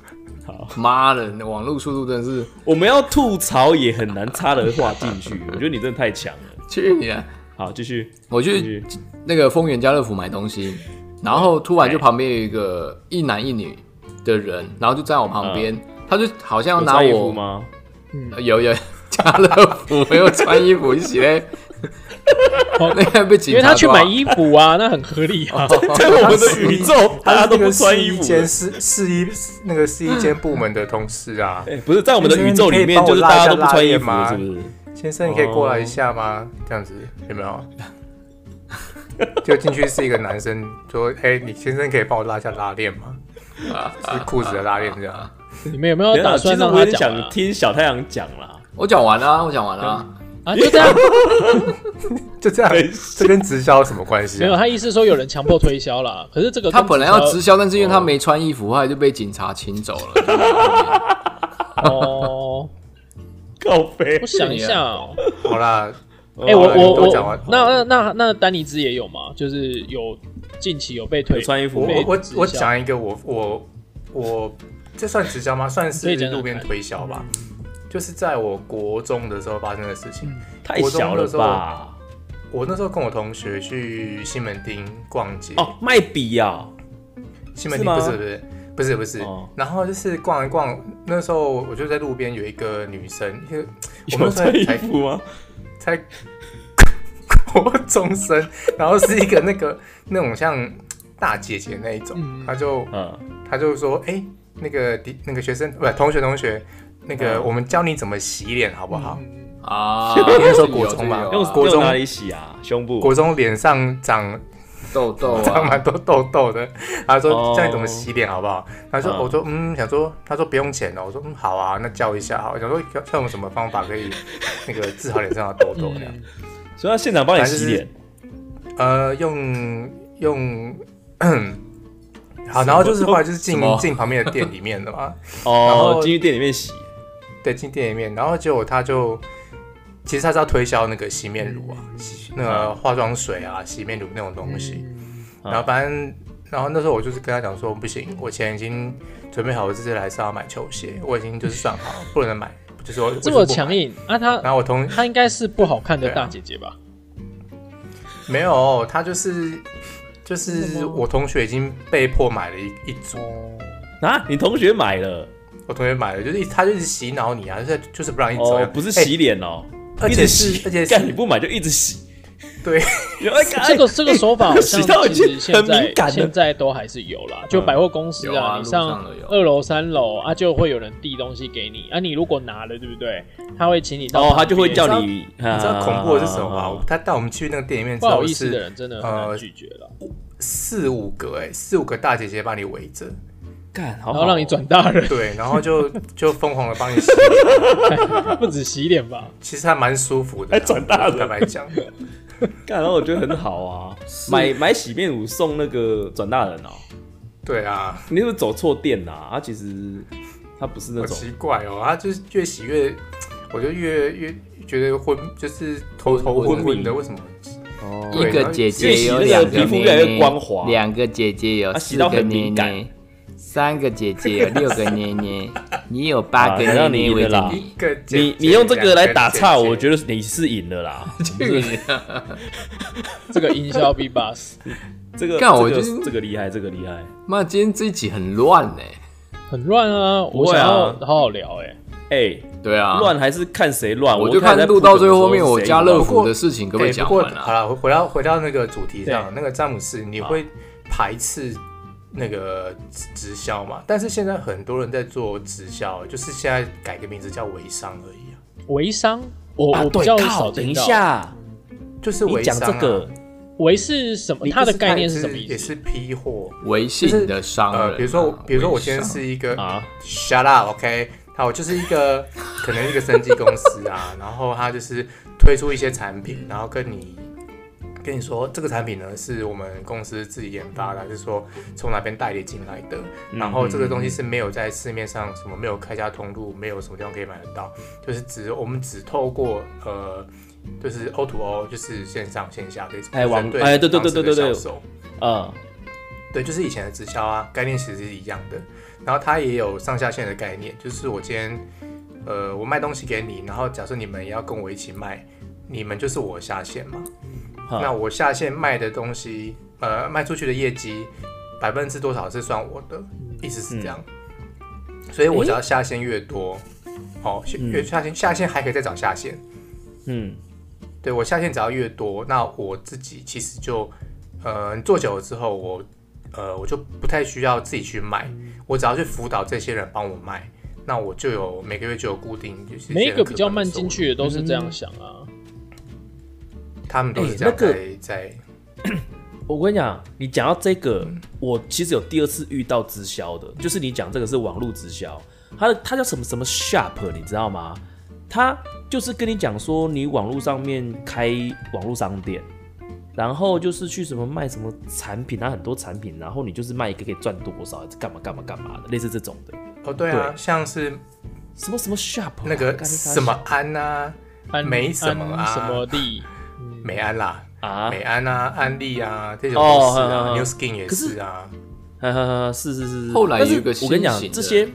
[SPEAKER 1] 妈的，网络速度真的是
[SPEAKER 2] 我们要吐槽也很难插的话进去，我觉得你真的太强了。
[SPEAKER 1] 去你的！
[SPEAKER 2] 好，继续，
[SPEAKER 1] 我
[SPEAKER 2] 继
[SPEAKER 1] 去
[SPEAKER 2] 续。
[SPEAKER 1] 那个丰原家乐福买东西，然后突然就旁边有一个一男一女的人，然后就站我旁边，他就好像要
[SPEAKER 2] 嗯有
[SPEAKER 1] 拿
[SPEAKER 2] 穿衣
[SPEAKER 1] 我
[SPEAKER 2] 服 吗？
[SPEAKER 1] 呃有有家乐福没有穿衣服鞋，
[SPEAKER 3] 哦
[SPEAKER 1] 那个被警察哦
[SPEAKER 3] 因为他去
[SPEAKER 1] 抓
[SPEAKER 3] 买衣服啊，那很合理啊。
[SPEAKER 2] 在我们的宇宙，大家
[SPEAKER 4] 他
[SPEAKER 2] 都
[SPEAKER 4] 是
[SPEAKER 2] 不
[SPEAKER 4] 那个
[SPEAKER 2] 穿
[SPEAKER 4] 试
[SPEAKER 2] 衣
[SPEAKER 4] 衣
[SPEAKER 2] 服的。
[SPEAKER 4] 间试试衣那个试衣 间部门的同事啊，
[SPEAKER 2] 哎，不是在我们的宇宙里面，就是大家都不穿衣服了，是不是？
[SPEAKER 3] 哦
[SPEAKER 4] 先生，你可以过来一下吗？这样子有没有？就进去是一个男生，说：“哎、你先生可以帮我拉一下拉链 吗？就是裤子的拉链这
[SPEAKER 1] 啊
[SPEAKER 4] 样。
[SPEAKER 3] 你们有没有
[SPEAKER 2] 等一下
[SPEAKER 3] 打
[SPEAKER 2] 其
[SPEAKER 3] 算
[SPEAKER 2] 实
[SPEAKER 3] 让
[SPEAKER 2] 我
[SPEAKER 3] 他
[SPEAKER 2] 有点
[SPEAKER 3] 讲
[SPEAKER 2] 想
[SPEAKER 3] 啊？
[SPEAKER 2] 听小太阳讲啦。
[SPEAKER 1] 我讲完啦，我讲完啦。
[SPEAKER 3] 啊，就这样，
[SPEAKER 1] 啊
[SPEAKER 4] 就这样
[SPEAKER 2] 等一，
[SPEAKER 4] 这跟直销有什么关系
[SPEAKER 3] 没有，
[SPEAKER 4] 啊？
[SPEAKER 3] 他意思说有人强迫推销啦。可是这个
[SPEAKER 1] 他本来要直
[SPEAKER 3] 直
[SPEAKER 1] 销，但是因为他没穿衣服，后来就被警察请走 了。
[SPEAKER 3] 哦，
[SPEAKER 2] 告飞
[SPEAKER 3] 我，想一下哦，
[SPEAKER 4] 好啦，
[SPEAKER 1] 哦
[SPEAKER 3] 哎，我
[SPEAKER 4] 好了
[SPEAKER 3] 我
[SPEAKER 4] 你都讲
[SPEAKER 3] 我
[SPEAKER 4] 完，
[SPEAKER 3] 那那那那丹尼兹也有吗？就是有近期有被推
[SPEAKER 2] 有穿衣服
[SPEAKER 4] 我
[SPEAKER 2] 吗
[SPEAKER 4] 我我
[SPEAKER 3] 直销
[SPEAKER 4] 我讲一个我我我，这算直销吗？算
[SPEAKER 3] 可
[SPEAKER 4] 是
[SPEAKER 3] 以讲讲
[SPEAKER 4] 路边
[SPEAKER 3] 看
[SPEAKER 4] 推销吧。
[SPEAKER 2] 嗯
[SPEAKER 4] 就是在我国中的时候发生的事情。
[SPEAKER 2] 太小了吧？
[SPEAKER 4] 我那时候跟我同学去西门町逛街，
[SPEAKER 2] 哦，卖笔啊，
[SPEAKER 4] 西门
[SPEAKER 2] 是
[SPEAKER 4] 町
[SPEAKER 2] 吗
[SPEAKER 4] 不是不是不是不是，
[SPEAKER 2] 哦
[SPEAKER 4] 然后就是逛一逛，那时候我就在路边有一个女生，因为我
[SPEAKER 2] 有
[SPEAKER 4] 们
[SPEAKER 2] 穿
[SPEAKER 4] 那
[SPEAKER 2] 衣
[SPEAKER 4] 时候才
[SPEAKER 2] 服 吗？
[SPEAKER 4] 才国中生，然后是一个那个 那种像大姐姐那一种，她就
[SPEAKER 2] 嗯，
[SPEAKER 4] 她就说，哎、那个迪那个学生不是同学同学，那个
[SPEAKER 2] 嗯
[SPEAKER 4] 我们教你怎么洗脸好不好？
[SPEAKER 1] 啊，
[SPEAKER 4] 那时候国中嘛
[SPEAKER 1] 有这个有啊
[SPEAKER 2] 用
[SPEAKER 4] 国中
[SPEAKER 2] 用哪里洗啊？胸部？
[SPEAKER 4] 国中脸上长
[SPEAKER 1] 痘 痘
[SPEAKER 4] 长
[SPEAKER 1] 啊，
[SPEAKER 4] 蛮多痘痘的。他
[SPEAKER 2] 哦
[SPEAKER 4] 说：“这样你怎么洗脸好不好？”他说：“
[SPEAKER 2] 嗯
[SPEAKER 4] 我说嗯，想说他说不用钱哦。”我说：“嗯，好啊，那教一下好。”想说要看有什么方法可以那个治好脸上的痘痘那样。
[SPEAKER 3] 嗯
[SPEAKER 2] 所以他现场帮你
[SPEAKER 4] 反正
[SPEAKER 2] 洗
[SPEAKER 4] 就是
[SPEAKER 2] 脸，
[SPEAKER 4] 呃，用用。好，然后就是后来就是进
[SPEAKER 1] 什么
[SPEAKER 4] 进旁边的店里面的嘛，然
[SPEAKER 2] 哦，
[SPEAKER 4] 后
[SPEAKER 2] 进去店里面洗，
[SPEAKER 4] 对，进店里面，然后结果他就，其实他是要推销那个洗面乳啊，洗那个化妆水啊，洗面乳那种东西，
[SPEAKER 2] 嗯
[SPEAKER 4] 然后反正，然后那时候我就是跟他讲说，不行，我钱已经准备好，我这次来是要买球鞋，我已经就是算好，不能买，就是我
[SPEAKER 3] 这么强。硬啊？
[SPEAKER 4] 我就不买
[SPEAKER 3] 她
[SPEAKER 4] 然后我同
[SPEAKER 3] 她应该是不好看的
[SPEAKER 4] 对啊
[SPEAKER 3] 大姐姐吧？
[SPEAKER 4] 没有，他就是就
[SPEAKER 3] 真的
[SPEAKER 4] 是
[SPEAKER 3] 吗
[SPEAKER 4] 我同学已经被迫买了一一组，
[SPEAKER 2] 啊，你同学买了
[SPEAKER 4] 我同学买了，就是一他就是洗脑你啊，就是就是不让你走
[SPEAKER 2] 哦
[SPEAKER 4] 呀，，
[SPEAKER 2] 不是
[SPEAKER 4] 哎
[SPEAKER 2] 洗脸哦，
[SPEAKER 4] 而
[SPEAKER 2] 一
[SPEAKER 4] 且
[SPEAKER 2] 直
[SPEAKER 4] 是
[SPEAKER 2] 洗，
[SPEAKER 4] 而且是
[SPEAKER 2] 干你不买就一直洗，
[SPEAKER 4] 对，
[SPEAKER 2] 有哎干
[SPEAKER 3] 这个这个手法好像
[SPEAKER 2] 洗到已
[SPEAKER 3] 其
[SPEAKER 2] 经
[SPEAKER 3] 实现
[SPEAKER 2] 很
[SPEAKER 3] 在
[SPEAKER 2] 敏感
[SPEAKER 3] 现
[SPEAKER 2] 了，嗯
[SPEAKER 3] 在都还是有啦，就百货公司
[SPEAKER 1] 有啊
[SPEAKER 3] 你
[SPEAKER 1] 路
[SPEAKER 3] 上
[SPEAKER 1] 上的有
[SPEAKER 3] 二楼三楼啊，就会有人递东西给你啊，你如果拿了，对不对？他会请你到
[SPEAKER 2] 哦，他就会
[SPEAKER 3] 旁边
[SPEAKER 2] 叫你，啊
[SPEAKER 4] 你
[SPEAKER 2] 你
[SPEAKER 4] 知道恐怖的是什么
[SPEAKER 2] 啊
[SPEAKER 4] 吗？他带我们去那个店里面之
[SPEAKER 3] 不
[SPEAKER 4] 后是，
[SPEAKER 3] 好意思的人真的很难拒绝
[SPEAKER 2] 呃
[SPEAKER 3] 了，
[SPEAKER 4] 四五个哎、四五个大姐姐把你围着，
[SPEAKER 2] 干，好好
[SPEAKER 3] 然后让你转大人，
[SPEAKER 4] 对，然后就 就疯狂的帮你洗，
[SPEAKER 3] 不止洗脸吧？
[SPEAKER 4] 其实还蛮舒服的、
[SPEAKER 2] 还
[SPEAKER 4] 啊
[SPEAKER 2] 哎转大人
[SPEAKER 4] 坦白 讲，
[SPEAKER 2] 干，然后我觉得很好啊，买买洗面乳送那个转大人哦，
[SPEAKER 4] 对啊，
[SPEAKER 2] 你是不是走错店啦、啊？他其实他不是那
[SPEAKER 4] 好
[SPEAKER 2] 种
[SPEAKER 4] 奇怪哦，他就是越洗越，我就越越觉得昏，就是头头昏昏的，为什么？
[SPEAKER 2] 哦，
[SPEAKER 1] 一个姐
[SPEAKER 2] 越
[SPEAKER 1] 姐
[SPEAKER 2] 洗
[SPEAKER 1] 有
[SPEAKER 2] 那个
[SPEAKER 1] 两个
[SPEAKER 2] 皮肤
[SPEAKER 1] 妹
[SPEAKER 2] 越来越
[SPEAKER 1] 妹
[SPEAKER 2] 光滑
[SPEAKER 1] 两个姐姐有
[SPEAKER 2] 啊洗
[SPEAKER 1] 四
[SPEAKER 2] 到
[SPEAKER 1] 个
[SPEAKER 2] 很
[SPEAKER 1] 捏
[SPEAKER 2] 敏感
[SPEAKER 1] 捏，三个姐姐 有六个捏捏，你有八个
[SPEAKER 2] 啊让
[SPEAKER 1] 捏
[SPEAKER 2] 你
[SPEAKER 1] 捏
[SPEAKER 2] 赢
[SPEAKER 1] 围
[SPEAKER 2] 了
[SPEAKER 1] 着
[SPEAKER 2] 啦
[SPEAKER 1] 你
[SPEAKER 4] 一。个姐姐
[SPEAKER 2] 你你用这个来打岔，我觉
[SPEAKER 4] 得
[SPEAKER 2] 得你是赢了啦。
[SPEAKER 3] 这个营销 B bus
[SPEAKER 2] 这个
[SPEAKER 1] 干我
[SPEAKER 2] 这个
[SPEAKER 1] 就是
[SPEAKER 2] 这个厉害，这个厉害。
[SPEAKER 1] 妈，今天这一集很乱呢、
[SPEAKER 3] 很乱啊，我
[SPEAKER 2] 不会
[SPEAKER 3] 想
[SPEAKER 2] 啊
[SPEAKER 3] 要好好聊哎、
[SPEAKER 2] 哎，
[SPEAKER 1] 对啊，
[SPEAKER 2] 乱还是看谁乱？
[SPEAKER 1] 我
[SPEAKER 2] 我
[SPEAKER 1] 就
[SPEAKER 2] 看
[SPEAKER 1] 看
[SPEAKER 2] 在
[SPEAKER 1] 录
[SPEAKER 2] 铺
[SPEAKER 1] 到
[SPEAKER 2] 梗
[SPEAKER 1] 最
[SPEAKER 2] 的时
[SPEAKER 1] 后
[SPEAKER 2] 候
[SPEAKER 1] 面，我
[SPEAKER 2] 谁
[SPEAKER 1] 家
[SPEAKER 2] 赢
[SPEAKER 1] 乐
[SPEAKER 2] 了
[SPEAKER 1] 福的事情可不可以
[SPEAKER 4] 哎，
[SPEAKER 1] 讲
[SPEAKER 4] 不过
[SPEAKER 1] 完
[SPEAKER 4] 好
[SPEAKER 1] 啊？
[SPEAKER 4] 了，回到回到那个主题上，那个詹姆斯，你会排斥那个直直销嘛？但是现在很多人在做直销，就是现在改个名字叫微商而已啊，
[SPEAKER 3] 微商，我、
[SPEAKER 2] 啊
[SPEAKER 3] 我比
[SPEAKER 2] 对
[SPEAKER 3] 较
[SPEAKER 2] 靠
[SPEAKER 3] 少
[SPEAKER 2] 等
[SPEAKER 3] 听
[SPEAKER 2] 一
[SPEAKER 3] 到。
[SPEAKER 2] 下，
[SPEAKER 4] 就是
[SPEAKER 2] 你
[SPEAKER 4] 微
[SPEAKER 2] 讲
[SPEAKER 4] 商、啊。
[SPEAKER 2] 这个
[SPEAKER 3] 微是什么？
[SPEAKER 4] 你
[SPEAKER 3] 它的
[SPEAKER 4] 就是
[SPEAKER 3] 概念
[SPEAKER 4] 也
[SPEAKER 3] 是什么意
[SPEAKER 4] 也
[SPEAKER 3] 思？
[SPEAKER 4] 是批货，
[SPEAKER 1] 微信的商人啊、
[SPEAKER 4] 呃，比如说我，比如说我
[SPEAKER 1] 微
[SPEAKER 4] 今天
[SPEAKER 1] 商
[SPEAKER 4] 是一个
[SPEAKER 2] 啊，
[SPEAKER 4] shut up，OK，、好，我就是一个可能一个生技公司啊， 然后它就是推出一些产品，然后跟你跟你说这个产品呢是我们公司自己研发的，还是说从哪边代理进来的，
[SPEAKER 2] 嗯
[SPEAKER 4] 然后这个东西是没有在市面上什么没有开价通路，没有什么地方可以买得到，就是只我们只透过呃。就是 O to O，就是线上线下这种，
[SPEAKER 2] 哎网
[SPEAKER 4] 针对
[SPEAKER 2] 哎对对对对对对
[SPEAKER 4] 当时的销售
[SPEAKER 2] 嗯，
[SPEAKER 4] 对，就是以前的直销啊，概念其实是一样的。然后它也有上下线的概念，就是我今天，呃，我卖东西给你，然后假设你们也要跟我一起卖，你们就是我下线嘛。
[SPEAKER 2] 好
[SPEAKER 4] 那我下线卖的东西，呃，卖出去的业绩百分之多少是算我的，一直是这样。所以我只要下线越多，哦，越下线下线还可以再找下线，
[SPEAKER 2] 嗯，
[SPEAKER 4] 对我下线只要越多，那我自己其实就，呃，做久了之后，我，呃，我就不太需要自己去卖，我只要去辅导这些人帮我卖，那我就有每个月就有固定就是
[SPEAKER 3] 每一
[SPEAKER 4] 些
[SPEAKER 3] 个
[SPEAKER 4] 可
[SPEAKER 3] 比较
[SPEAKER 4] 观的嗯
[SPEAKER 3] 慢
[SPEAKER 4] 收
[SPEAKER 3] 进
[SPEAKER 4] 入，
[SPEAKER 3] 去的都是这样想啊。
[SPEAKER 4] 他们都是
[SPEAKER 2] 哎
[SPEAKER 4] 这样
[SPEAKER 2] 那
[SPEAKER 4] 在、
[SPEAKER 2] 个
[SPEAKER 4] 在，
[SPEAKER 2] 我跟你讲，你讲到这个，
[SPEAKER 1] 嗯
[SPEAKER 2] 我其实有第二次遇到直销的，就是你讲这个是网络直销，它的它叫什么什么 shop，你知道吗？它就是跟你讲说，你网络上面开网络商店，然后就是去什么卖什么产品，它很多产品，然后你就是卖一个可以赚多少，干嘛干嘛干嘛的，类似这种的，
[SPEAKER 4] 哦，对啊，
[SPEAKER 2] 对
[SPEAKER 4] 像是
[SPEAKER 2] 什么什么 shop，啊
[SPEAKER 4] 那个
[SPEAKER 2] 干
[SPEAKER 4] 什么安啊，
[SPEAKER 3] 安
[SPEAKER 4] 没什么啊
[SPEAKER 3] 安什么利，
[SPEAKER 4] 美安啦，
[SPEAKER 2] 啊？
[SPEAKER 4] 美安啊，安利啊，这种
[SPEAKER 2] 哦
[SPEAKER 4] 都是啊、
[SPEAKER 3] 嗯
[SPEAKER 2] 呵呵
[SPEAKER 4] n e
[SPEAKER 2] 呵
[SPEAKER 4] w Skin 也
[SPEAKER 2] 可是
[SPEAKER 4] 是啊，
[SPEAKER 2] 呵呵呵，是是是是。
[SPEAKER 1] 后来有
[SPEAKER 2] 但是
[SPEAKER 1] 一个
[SPEAKER 2] 我跟
[SPEAKER 1] 新
[SPEAKER 2] 你讲
[SPEAKER 1] 型，的
[SPEAKER 2] 这些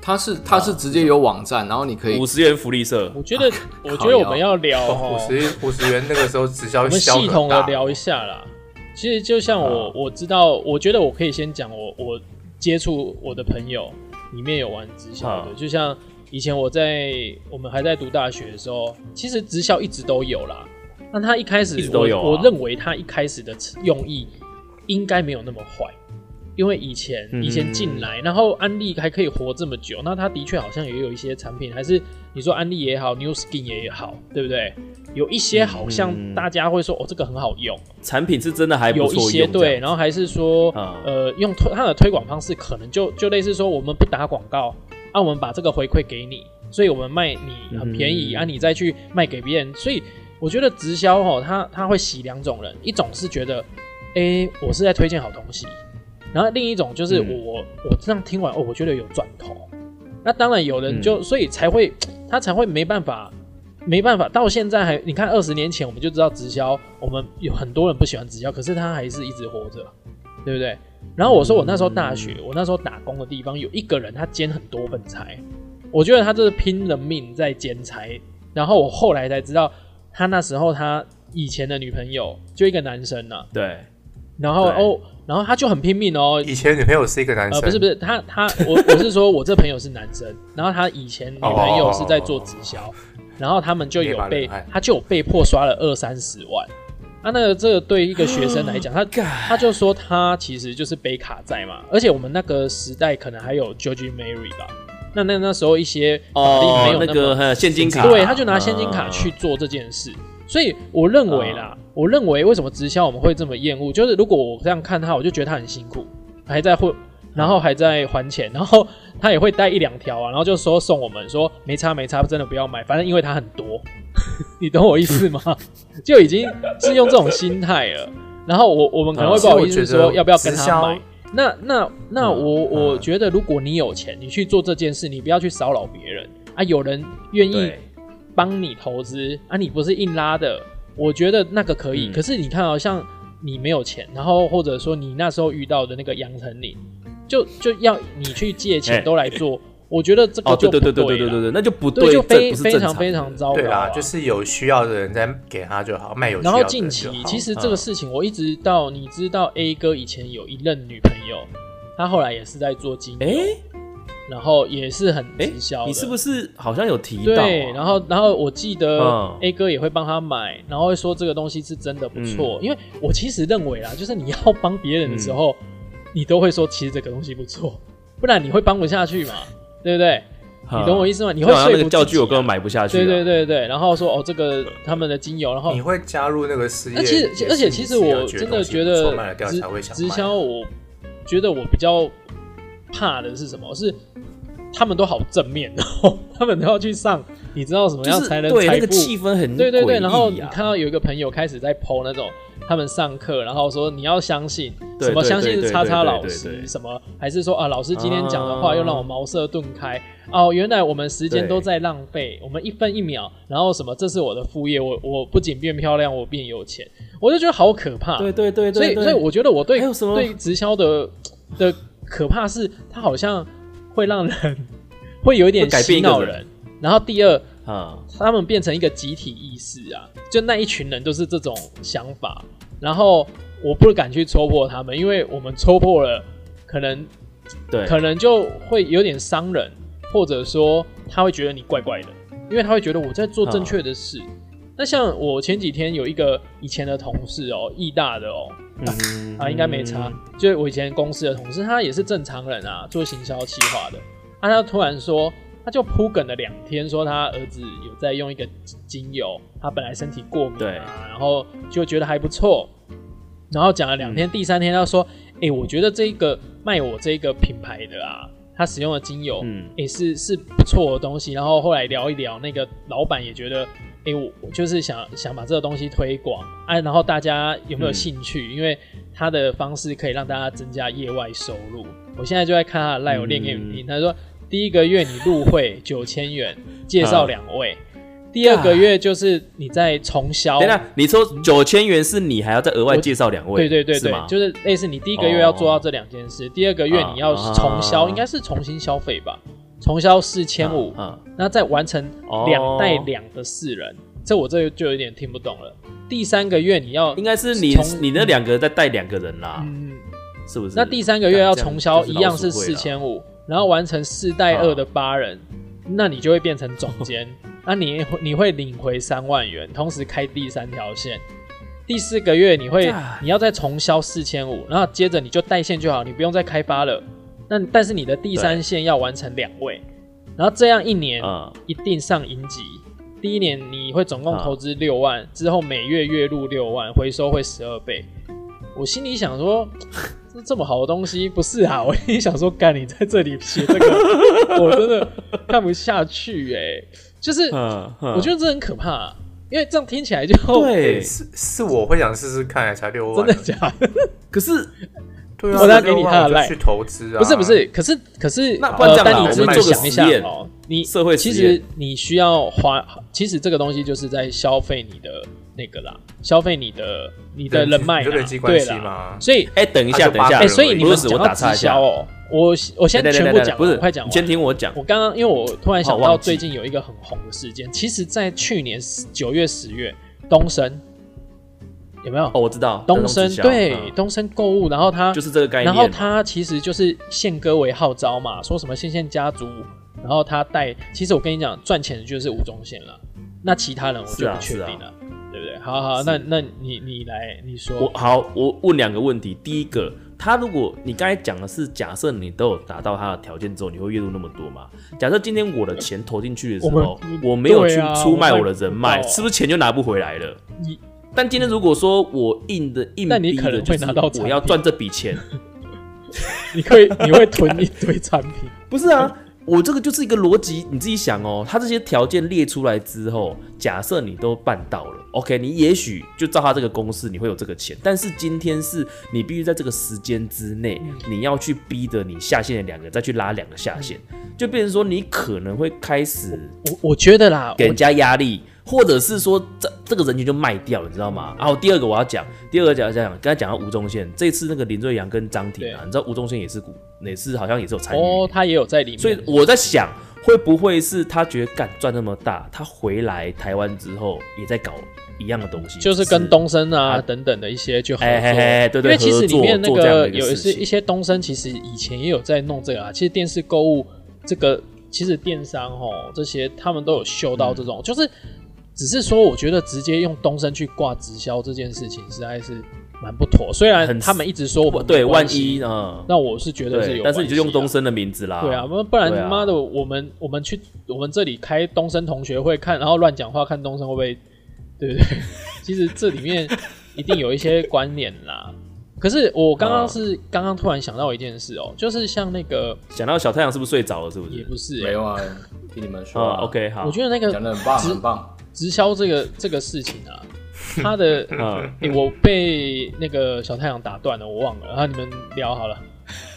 [SPEAKER 1] 他是他
[SPEAKER 2] 啊
[SPEAKER 1] 是直接有网站，然后你可以
[SPEAKER 2] 五十元福利社
[SPEAKER 3] 我觉得我觉得我们要聊
[SPEAKER 4] 啊哦
[SPEAKER 3] 哦
[SPEAKER 4] 五，十五十元那个时候直销
[SPEAKER 3] 我们
[SPEAKER 4] 销
[SPEAKER 3] 系
[SPEAKER 4] 很
[SPEAKER 3] 统的
[SPEAKER 2] 哦
[SPEAKER 4] 大
[SPEAKER 3] 聊一下啦。其实就像我
[SPEAKER 2] 嗯
[SPEAKER 3] 我知道，我觉得我可以先讲我我接触我的朋友里面有玩直销
[SPEAKER 2] 啊
[SPEAKER 3] 的，就像以前我在我们还在读大学的时候，其实直销一直都有啦。那他一开始
[SPEAKER 2] 一直
[SPEAKER 3] 我
[SPEAKER 2] 都有啊
[SPEAKER 3] 我认为他一开始的用意应该没有那么坏，因为以前
[SPEAKER 2] 嗯
[SPEAKER 3] 以前进来，然后安利还可以活这么久，那它的确好像也有一些产品，还是你说安利也好，New Skin 也好，对不对？有一些好像
[SPEAKER 2] 嗯
[SPEAKER 3] 大家会说、哦，这个很好用，
[SPEAKER 2] 产品是真的还不
[SPEAKER 3] 有一
[SPEAKER 2] 错
[SPEAKER 3] 些
[SPEAKER 2] 用，
[SPEAKER 3] 对，然后还是说、
[SPEAKER 2] 啊
[SPEAKER 3] 呃，用推它的推广方式，可能就就类似说我们不打广告，啊，我们把这个回馈给你，所以我们卖你很便宜，
[SPEAKER 2] 嗯
[SPEAKER 3] 啊，你再去卖给别人，所以我觉得直销哦，它它会洗两种人，一种是觉得，诶，我是在推荐好东西，然后另一种就是
[SPEAKER 2] 嗯
[SPEAKER 3] 我、我这样听完哦，我觉得有赚头，那当然有人
[SPEAKER 2] 嗯
[SPEAKER 3] 就、所以才会他才会没办法。没办法，到现在还你看，二十年前我们就知道直销，我们有很多人不喜欢直销，可是他还是一直活着，对不对？然后我说我那时候大学，我那时候打工的地方有一个人他兼很多份差，我觉得他就是拼了命在兼差。然后我后来才知道，他那时候他以前的女朋友就一个男生呐、啊，
[SPEAKER 2] 对，
[SPEAKER 3] 然后
[SPEAKER 2] 对
[SPEAKER 3] 哦，然后他就很拼命哦，
[SPEAKER 4] 以前女朋友是一个男生，
[SPEAKER 3] 呃，不是不是，他他我我是说我这朋友是男生，然后他以前女朋友是在做直销，然后他们就有
[SPEAKER 4] 哦也
[SPEAKER 3] 被
[SPEAKER 4] 蛮厉害
[SPEAKER 3] 他就有被迫刷了二三十万。啊，那个这个对一个学生来讲， 他他就说他其实就是背卡债嘛，而且我们那个时代可能还有 Georgie Mary 吧，那那那时候一些法律没
[SPEAKER 2] 哦，
[SPEAKER 3] 有
[SPEAKER 2] 那
[SPEAKER 3] 么
[SPEAKER 2] 个呃现金卡，啊
[SPEAKER 3] 对，他就
[SPEAKER 4] 啊
[SPEAKER 3] 拿现金卡去做这件事。所以我认为啦，
[SPEAKER 4] 啊
[SPEAKER 3] 我认为为什么直销我们会这么厌恶，就是如果我这样看他，我就觉得他很辛苦，还在混，然后还在还钱，然后他也会带一两条啊，然后就说送我们说没差没差，真的不要买，反正因为他很多， 你懂我意思吗？ 就已经是用这种心态了。然后我我们可能会不好意思
[SPEAKER 4] 其实啊我觉
[SPEAKER 3] 说
[SPEAKER 4] 得
[SPEAKER 3] 要不要跟
[SPEAKER 4] 直
[SPEAKER 3] 他
[SPEAKER 4] 销
[SPEAKER 3] 买。那那那
[SPEAKER 2] 嗯
[SPEAKER 3] 我、我
[SPEAKER 4] 嗯
[SPEAKER 3] 觉得，如果你有钱，你去做这件事，你不要去骚扰别人啊。有人愿意
[SPEAKER 2] 对
[SPEAKER 3] 帮你投资啊，你不是硬拉的，我觉得那个可以。
[SPEAKER 2] 嗯
[SPEAKER 3] 可是你看、哦，像你没有钱，然后或者说你那时候遇到的那个杨丞琳，就就要你去借
[SPEAKER 2] 哎
[SPEAKER 3] 钱都来做，我觉得这个
[SPEAKER 2] 哦，
[SPEAKER 3] 就
[SPEAKER 2] 对
[SPEAKER 3] 不
[SPEAKER 2] 对对对对
[SPEAKER 3] 对
[SPEAKER 2] 对
[SPEAKER 3] 了
[SPEAKER 2] 对对，那就不
[SPEAKER 3] 对，就
[SPEAKER 2] 这
[SPEAKER 3] 非
[SPEAKER 2] 不是
[SPEAKER 3] 非
[SPEAKER 2] 正
[SPEAKER 3] 常非
[SPEAKER 2] 常
[SPEAKER 3] 常
[SPEAKER 2] 的
[SPEAKER 3] 糟
[SPEAKER 4] 对
[SPEAKER 3] 糕
[SPEAKER 4] 啦，
[SPEAKER 3] 啊。
[SPEAKER 4] 就是有需要的人再给他就好，卖有需
[SPEAKER 3] 然
[SPEAKER 4] 要的
[SPEAKER 3] 后
[SPEAKER 4] 人
[SPEAKER 3] 近期
[SPEAKER 4] 就
[SPEAKER 2] 嗯
[SPEAKER 4] 好
[SPEAKER 3] 其实这个事情，我一直到你知道 A 哥以前有一任女朋友，他后来也是在做金
[SPEAKER 2] 哎
[SPEAKER 3] 融，然后也是很
[SPEAKER 2] 哎
[SPEAKER 3] 直销，的。
[SPEAKER 2] 你是不是好像有提到啊？
[SPEAKER 3] 对，然后然后我记得
[SPEAKER 2] 嗯
[SPEAKER 3] A 哥也会帮他买，然后会说这个东西是真的不
[SPEAKER 2] 嗯
[SPEAKER 3] 错，因为我其实认为啦，就是你要帮别人的时
[SPEAKER 2] 嗯
[SPEAKER 3] 候，你都会说其实这个东西不错，不然你会帮不下 去嘛，对不对？
[SPEAKER 2] 嗯
[SPEAKER 3] 你懂我意思吗？你
[SPEAKER 2] 就
[SPEAKER 3] 会
[SPEAKER 2] 好像
[SPEAKER 3] 说
[SPEAKER 2] 那
[SPEAKER 3] 服
[SPEAKER 2] 个教具我根
[SPEAKER 3] 哥
[SPEAKER 2] 本买不下去啊，
[SPEAKER 3] 对对对对，然后说哦这个他们的精油，然后
[SPEAKER 4] 你会加入那个事业
[SPEAKER 3] 哦而
[SPEAKER 4] 也是
[SPEAKER 3] 且
[SPEAKER 4] 你自己要觉
[SPEAKER 3] 而且，其实我
[SPEAKER 4] 得东西不错，
[SPEAKER 3] 真的觉得
[SPEAKER 4] 卖了掉
[SPEAKER 3] 直
[SPEAKER 4] 才会想
[SPEAKER 3] 直
[SPEAKER 4] 卖
[SPEAKER 3] 销，我觉得我比较怕的是什么？是他们都好正面哦， 他们都要去上，你知道什么
[SPEAKER 2] 就
[SPEAKER 3] 样
[SPEAKER 2] 是
[SPEAKER 3] 才能
[SPEAKER 2] 对
[SPEAKER 3] 财
[SPEAKER 2] 那
[SPEAKER 3] 富
[SPEAKER 2] 个？气氛很
[SPEAKER 3] 对对
[SPEAKER 2] 诡
[SPEAKER 3] 对，
[SPEAKER 2] 异
[SPEAKER 3] 然后你
[SPEAKER 2] 啊
[SPEAKER 3] 看到有一个朋友开始在 PO 那种他们上课，然后说你要相信
[SPEAKER 2] 对
[SPEAKER 3] 什么，
[SPEAKER 2] 对
[SPEAKER 3] 相信
[SPEAKER 2] 对
[SPEAKER 3] 是
[SPEAKER 2] 对
[SPEAKER 3] 叉
[SPEAKER 2] 对
[SPEAKER 3] 叉
[SPEAKER 2] 对
[SPEAKER 3] 老
[SPEAKER 2] 对对
[SPEAKER 3] 师
[SPEAKER 2] 对
[SPEAKER 3] 什么，还是说啊老师今天讲的
[SPEAKER 2] 啊
[SPEAKER 3] 话又让我茅塞顿开哦，原来我们时间
[SPEAKER 2] 对
[SPEAKER 3] 都在浪费，我们一分一秒，然后什么这是我的副业，我我不仅变漂亮，我变有钱，我就觉得好可怕。
[SPEAKER 2] 对对对对，
[SPEAKER 3] 所以
[SPEAKER 2] 对
[SPEAKER 3] 所以我觉得我对
[SPEAKER 2] 还有什么
[SPEAKER 3] 对直销的的可怕是，它好像会让人 会有一点
[SPEAKER 2] 会改变
[SPEAKER 3] 洗
[SPEAKER 2] 一个
[SPEAKER 3] 脑
[SPEAKER 2] 人
[SPEAKER 3] 人，然后第二。
[SPEAKER 2] 啊
[SPEAKER 3] 他们变成一个集体意识啊，就那一群人都是这种想法，然后我不敢去戳破他们，因为我们戳破了，可能
[SPEAKER 2] 对，
[SPEAKER 3] 可能就会有点伤人，或者说他会觉得你怪怪的，因为他会觉得我在做正确的事。那像我前几天有一个以前的同事哦，义大的哦，
[SPEAKER 2] 嗯
[SPEAKER 3] 啊，应该没差。就是我以前公司的同事，他也是正常人啊，做行销企划的。啊，他突然说，他就铺梗了两天，说他儿子有在用一个精油，他本来身体过敏
[SPEAKER 2] 对
[SPEAKER 3] 啊，然后就觉得还不错。然后讲了两
[SPEAKER 2] 嗯
[SPEAKER 3] 天，第三天他说：“哎、我觉得这个卖我这个品牌的啊，他使用的精油，
[SPEAKER 2] 嗯
[SPEAKER 3] 也、是是不错的东西。然后后来聊一聊，那个老板也觉得，哎、我我就是想想把这个东西推广，啊，然后大家有没有
[SPEAKER 2] 嗯
[SPEAKER 3] 兴趣？因为他的方式可以让大家增加业外收入。我现在就在看他的 live，我念给
[SPEAKER 2] 嗯
[SPEAKER 3] 你听。他说，第一个月你入会九千元，介绍两位；第二个月就是你在重销
[SPEAKER 2] 嗯等一，下，你说九千元是你还要再额外
[SPEAKER 3] 我
[SPEAKER 2] 介绍两位，
[SPEAKER 3] 对对对
[SPEAKER 2] 是
[SPEAKER 3] 对
[SPEAKER 2] 吗，哦
[SPEAKER 3] 就是类似你第一个月要做到这两件事，第二个月你要重销，
[SPEAKER 2] 啊
[SPEAKER 3] 应该是重新消费吧，重销四千五，
[SPEAKER 2] 啊，
[SPEAKER 3] 那再完成
[SPEAKER 2] 哦
[SPEAKER 3] 两带两的四人，这我这就有点听不懂了。第三个月你要
[SPEAKER 2] 应该是你
[SPEAKER 3] 从
[SPEAKER 2] 你那两个再带两个人啦，
[SPEAKER 3] 嗯，
[SPEAKER 2] 是不是？
[SPEAKER 3] 那第三个月要重销
[SPEAKER 2] 这
[SPEAKER 3] 一
[SPEAKER 2] 样
[SPEAKER 3] 样
[SPEAKER 2] 就是是老鼠会
[SPEAKER 3] 四
[SPEAKER 2] 啦
[SPEAKER 3] 千五，然后完成四带二的八人，
[SPEAKER 2] 嗯
[SPEAKER 3] 那你就会变成 总监，那你你会领回三万元，同时开第三条线。第四个月你会
[SPEAKER 2] 啊
[SPEAKER 3] 你要再重销四千五，然后接着你就带线就好，你不用再开发了。那但是你的第三
[SPEAKER 2] 对
[SPEAKER 3] 线要完成两位，然后这样一年
[SPEAKER 2] 嗯，
[SPEAKER 3] 一定上银级。第一年你会总共
[SPEAKER 2] 啊
[SPEAKER 3] 投资六万，之后每月月入六万，回收会十二倍。我心里想 说，这这么好的东西不是啊？我心里想说，干你在这里写 这个，我真的看不下去哎、就是
[SPEAKER 2] 嗯，
[SPEAKER 3] 我觉
[SPEAKER 2] 得
[SPEAKER 3] 哦得这很可怕、啊因为这样听起来就
[SPEAKER 2] 对，
[SPEAKER 4] 是是我会想试试看，才六
[SPEAKER 3] 真
[SPEAKER 4] 万
[SPEAKER 3] 的
[SPEAKER 4] 而已，
[SPEAKER 3] 假的？
[SPEAKER 2] 可是
[SPEAKER 4] 对啊，
[SPEAKER 3] 我等下给你
[SPEAKER 4] 6万
[SPEAKER 3] 他的
[SPEAKER 4] 我就
[SPEAKER 3] line
[SPEAKER 4] 去投资啊，
[SPEAKER 3] 不是不是，可是可是
[SPEAKER 2] 那不然
[SPEAKER 3] 呃，
[SPEAKER 2] 这样啦
[SPEAKER 3] 但你
[SPEAKER 4] 我
[SPEAKER 3] 自
[SPEAKER 4] 们
[SPEAKER 3] 己
[SPEAKER 4] 做个
[SPEAKER 3] 想一下
[SPEAKER 2] 实验
[SPEAKER 3] 哦，你
[SPEAKER 2] 社会实
[SPEAKER 3] 其
[SPEAKER 2] 验
[SPEAKER 3] 实你需要花，其实这个东西就是在消费你的那个啦，消费你的你的
[SPEAKER 4] 人际
[SPEAKER 3] 人脉
[SPEAKER 4] 你就
[SPEAKER 3] 啦
[SPEAKER 4] 人际关
[SPEAKER 3] 对
[SPEAKER 4] 系
[SPEAKER 3] 啦，
[SPEAKER 4] 嘛，
[SPEAKER 3] 所以
[SPEAKER 2] 哎、等一下，
[SPEAKER 4] 他就
[SPEAKER 2] 等一下，
[SPEAKER 4] 八
[SPEAKER 3] 哎、
[SPEAKER 4] 个人
[SPEAKER 3] 所以你
[SPEAKER 2] 不
[SPEAKER 3] 们
[SPEAKER 2] 是
[SPEAKER 3] 讲
[SPEAKER 2] 我
[SPEAKER 3] 到
[SPEAKER 2] 打
[SPEAKER 3] 直
[SPEAKER 2] 岔一下
[SPEAKER 3] 销，哦，我我先
[SPEAKER 2] 等等
[SPEAKER 3] 全
[SPEAKER 2] 等
[SPEAKER 3] 部
[SPEAKER 2] 等
[SPEAKER 3] 讲完，
[SPEAKER 2] 不是，
[SPEAKER 3] 我快讲完，
[SPEAKER 2] 你先听我讲
[SPEAKER 3] 我。刚刚因为我突然想
[SPEAKER 2] 怕我
[SPEAKER 3] 到
[SPEAKER 2] 忘记
[SPEAKER 3] 最近有一个很红的事件，其实在去年九月、十月，东升有没有？
[SPEAKER 2] 哦，我知道，
[SPEAKER 3] 东
[SPEAKER 2] 升
[SPEAKER 3] 升对东升购物，然后他
[SPEAKER 2] 嗯就是这个概念
[SPEAKER 3] 然
[SPEAKER 2] 嘛。
[SPEAKER 3] 后他其实就是宪哥为号召嘛，说什么宪宪家族，然后他带，其实我跟你讲，赚钱的就是吴宗宪了，那其他人我
[SPEAKER 2] 是
[SPEAKER 3] 就
[SPEAKER 2] 啊
[SPEAKER 3] 不确
[SPEAKER 2] 是啊
[SPEAKER 3] 定了，对不对？好好，那那你你来，你说，
[SPEAKER 2] 我好，我问两个问题。第一个，他如果你刚才讲的是假设你都有达到他的条件之后，你会月入那么多吗？假设今天我的钱投进去的时候
[SPEAKER 3] 我们，
[SPEAKER 2] 我没有
[SPEAKER 3] 对
[SPEAKER 2] 去
[SPEAKER 3] 啊
[SPEAKER 2] 出卖
[SPEAKER 3] 我
[SPEAKER 2] 我
[SPEAKER 3] 们
[SPEAKER 2] 的人脉，
[SPEAKER 3] 不知道
[SPEAKER 2] 是不是钱就拿不回来了
[SPEAKER 3] 你？
[SPEAKER 2] 但今天如果说我硬的硬
[SPEAKER 3] 但你
[SPEAKER 2] 逼
[SPEAKER 3] 可
[SPEAKER 2] 的，
[SPEAKER 3] 能
[SPEAKER 2] 就
[SPEAKER 3] 会
[SPEAKER 2] 是
[SPEAKER 3] 拿到
[SPEAKER 2] 我要
[SPEAKER 3] 产品
[SPEAKER 2] 赚这笔钱，
[SPEAKER 3] 你可以你会囤一堆产品，
[SPEAKER 2] 不是啊，我这个就是一个逻辑，你自己想哦。他这些条件列出来之后，假设你都办到了，OK，你也许就照他这个公式，你会有这个钱。但是今天是你必须在这个时间之内，
[SPEAKER 3] 嗯
[SPEAKER 2] 你要去逼着你下线的两个再去拉两个下线，
[SPEAKER 3] 嗯
[SPEAKER 2] 就变成说你可能会开始
[SPEAKER 3] 我我觉得啦，
[SPEAKER 2] 给
[SPEAKER 3] 我
[SPEAKER 2] 人家压力，或者是说这这个人群就卖掉，你知道吗？然后第二个我要讲，第二个讲讲讲，刚才讲到吴宗宪，这次那个林瑞阳跟张庭啊，
[SPEAKER 3] 对
[SPEAKER 2] 你知道吴宗宪也是股，也是好像也是有参与
[SPEAKER 3] 哦，他也有在里面，
[SPEAKER 2] 所以我在想，会不会是他觉得干赚那么大，他回来台湾之后也在搞一样的东西，
[SPEAKER 3] 就是
[SPEAKER 2] 只
[SPEAKER 3] 跟东升啊
[SPEAKER 2] 啊
[SPEAKER 3] 等等的一些就合作，
[SPEAKER 2] 哎嘿嘿，对
[SPEAKER 3] 因
[SPEAKER 2] 对，
[SPEAKER 3] 为其实里面那
[SPEAKER 2] 合作做这样的一
[SPEAKER 3] 有
[SPEAKER 2] 个
[SPEAKER 3] 一
[SPEAKER 2] 事
[SPEAKER 3] 些
[SPEAKER 2] 情
[SPEAKER 3] 一些东升，其实以前也有在弄这个啊。其实电视购物这个，其实电商哦这些他们都有嗅到这
[SPEAKER 2] 嗯
[SPEAKER 3] 种，就是只是说，我觉得直接用东升去挂直销这件事情实在是蛮不妥。虽然
[SPEAKER 2] 很
[SPEAKER 3] 他们一直说我们
[SPEAKER 2] 对，
[SPEAKER 3] 没
[SPEAKER 2] 万
[SPEAKER 3] 关系，
[SPEAKER 2] 一嗯，
[SPEAKER 3] 那我是觉得是
[SPEAKER 2] 对，
[SPEAKER 3] 有、
[SPEAKER 2] 但是你就用东。升的名字啦，
[SPEAKER 3] 对啊，不不然
[SPEAKER 2] 对
[SPEAKER 3] 他
[SPEAKER 2] 啊
[SPEAKER 3] 妈的，我们我们去我们这里开东升同学会看，然后乱讲话，看东升会不会，对 不对？其实这里面一定有一些关联啦。可是我刚刚是刚刚突然想到一件事哦、就是像那个
[SPEAKER 2] 想到小太阳是不是睡着了？是不
[SPEAKER 3] 也
[SPEAKER 2] 是？
[SPEAKER 3] 不是、
[SPEAKER 1] 没
[SPEAKER 3] 欸，
[SPEAKER 1] 有啊，听你们
[SPEAKER 2] 嗯
[SPEAKER 1] 说啊、
[SPEAKER 2] ，OK，好，
[SPEAKER 3] 我 觉得那
[SPEAKER 1] 讲
[SPEAKER 3] 个
[SPEAKER 1] 的很棒，
[SPEAKER 3] 直
[SPEAKER 1] 很棒。
[SPEAKER 3] 直销这个这个事情啊，他的、
[SPEAKER 2] 嗯，
[SPEAKER 3] 欸我被那个小太阳打断了，我忘了，然后你们聊好了。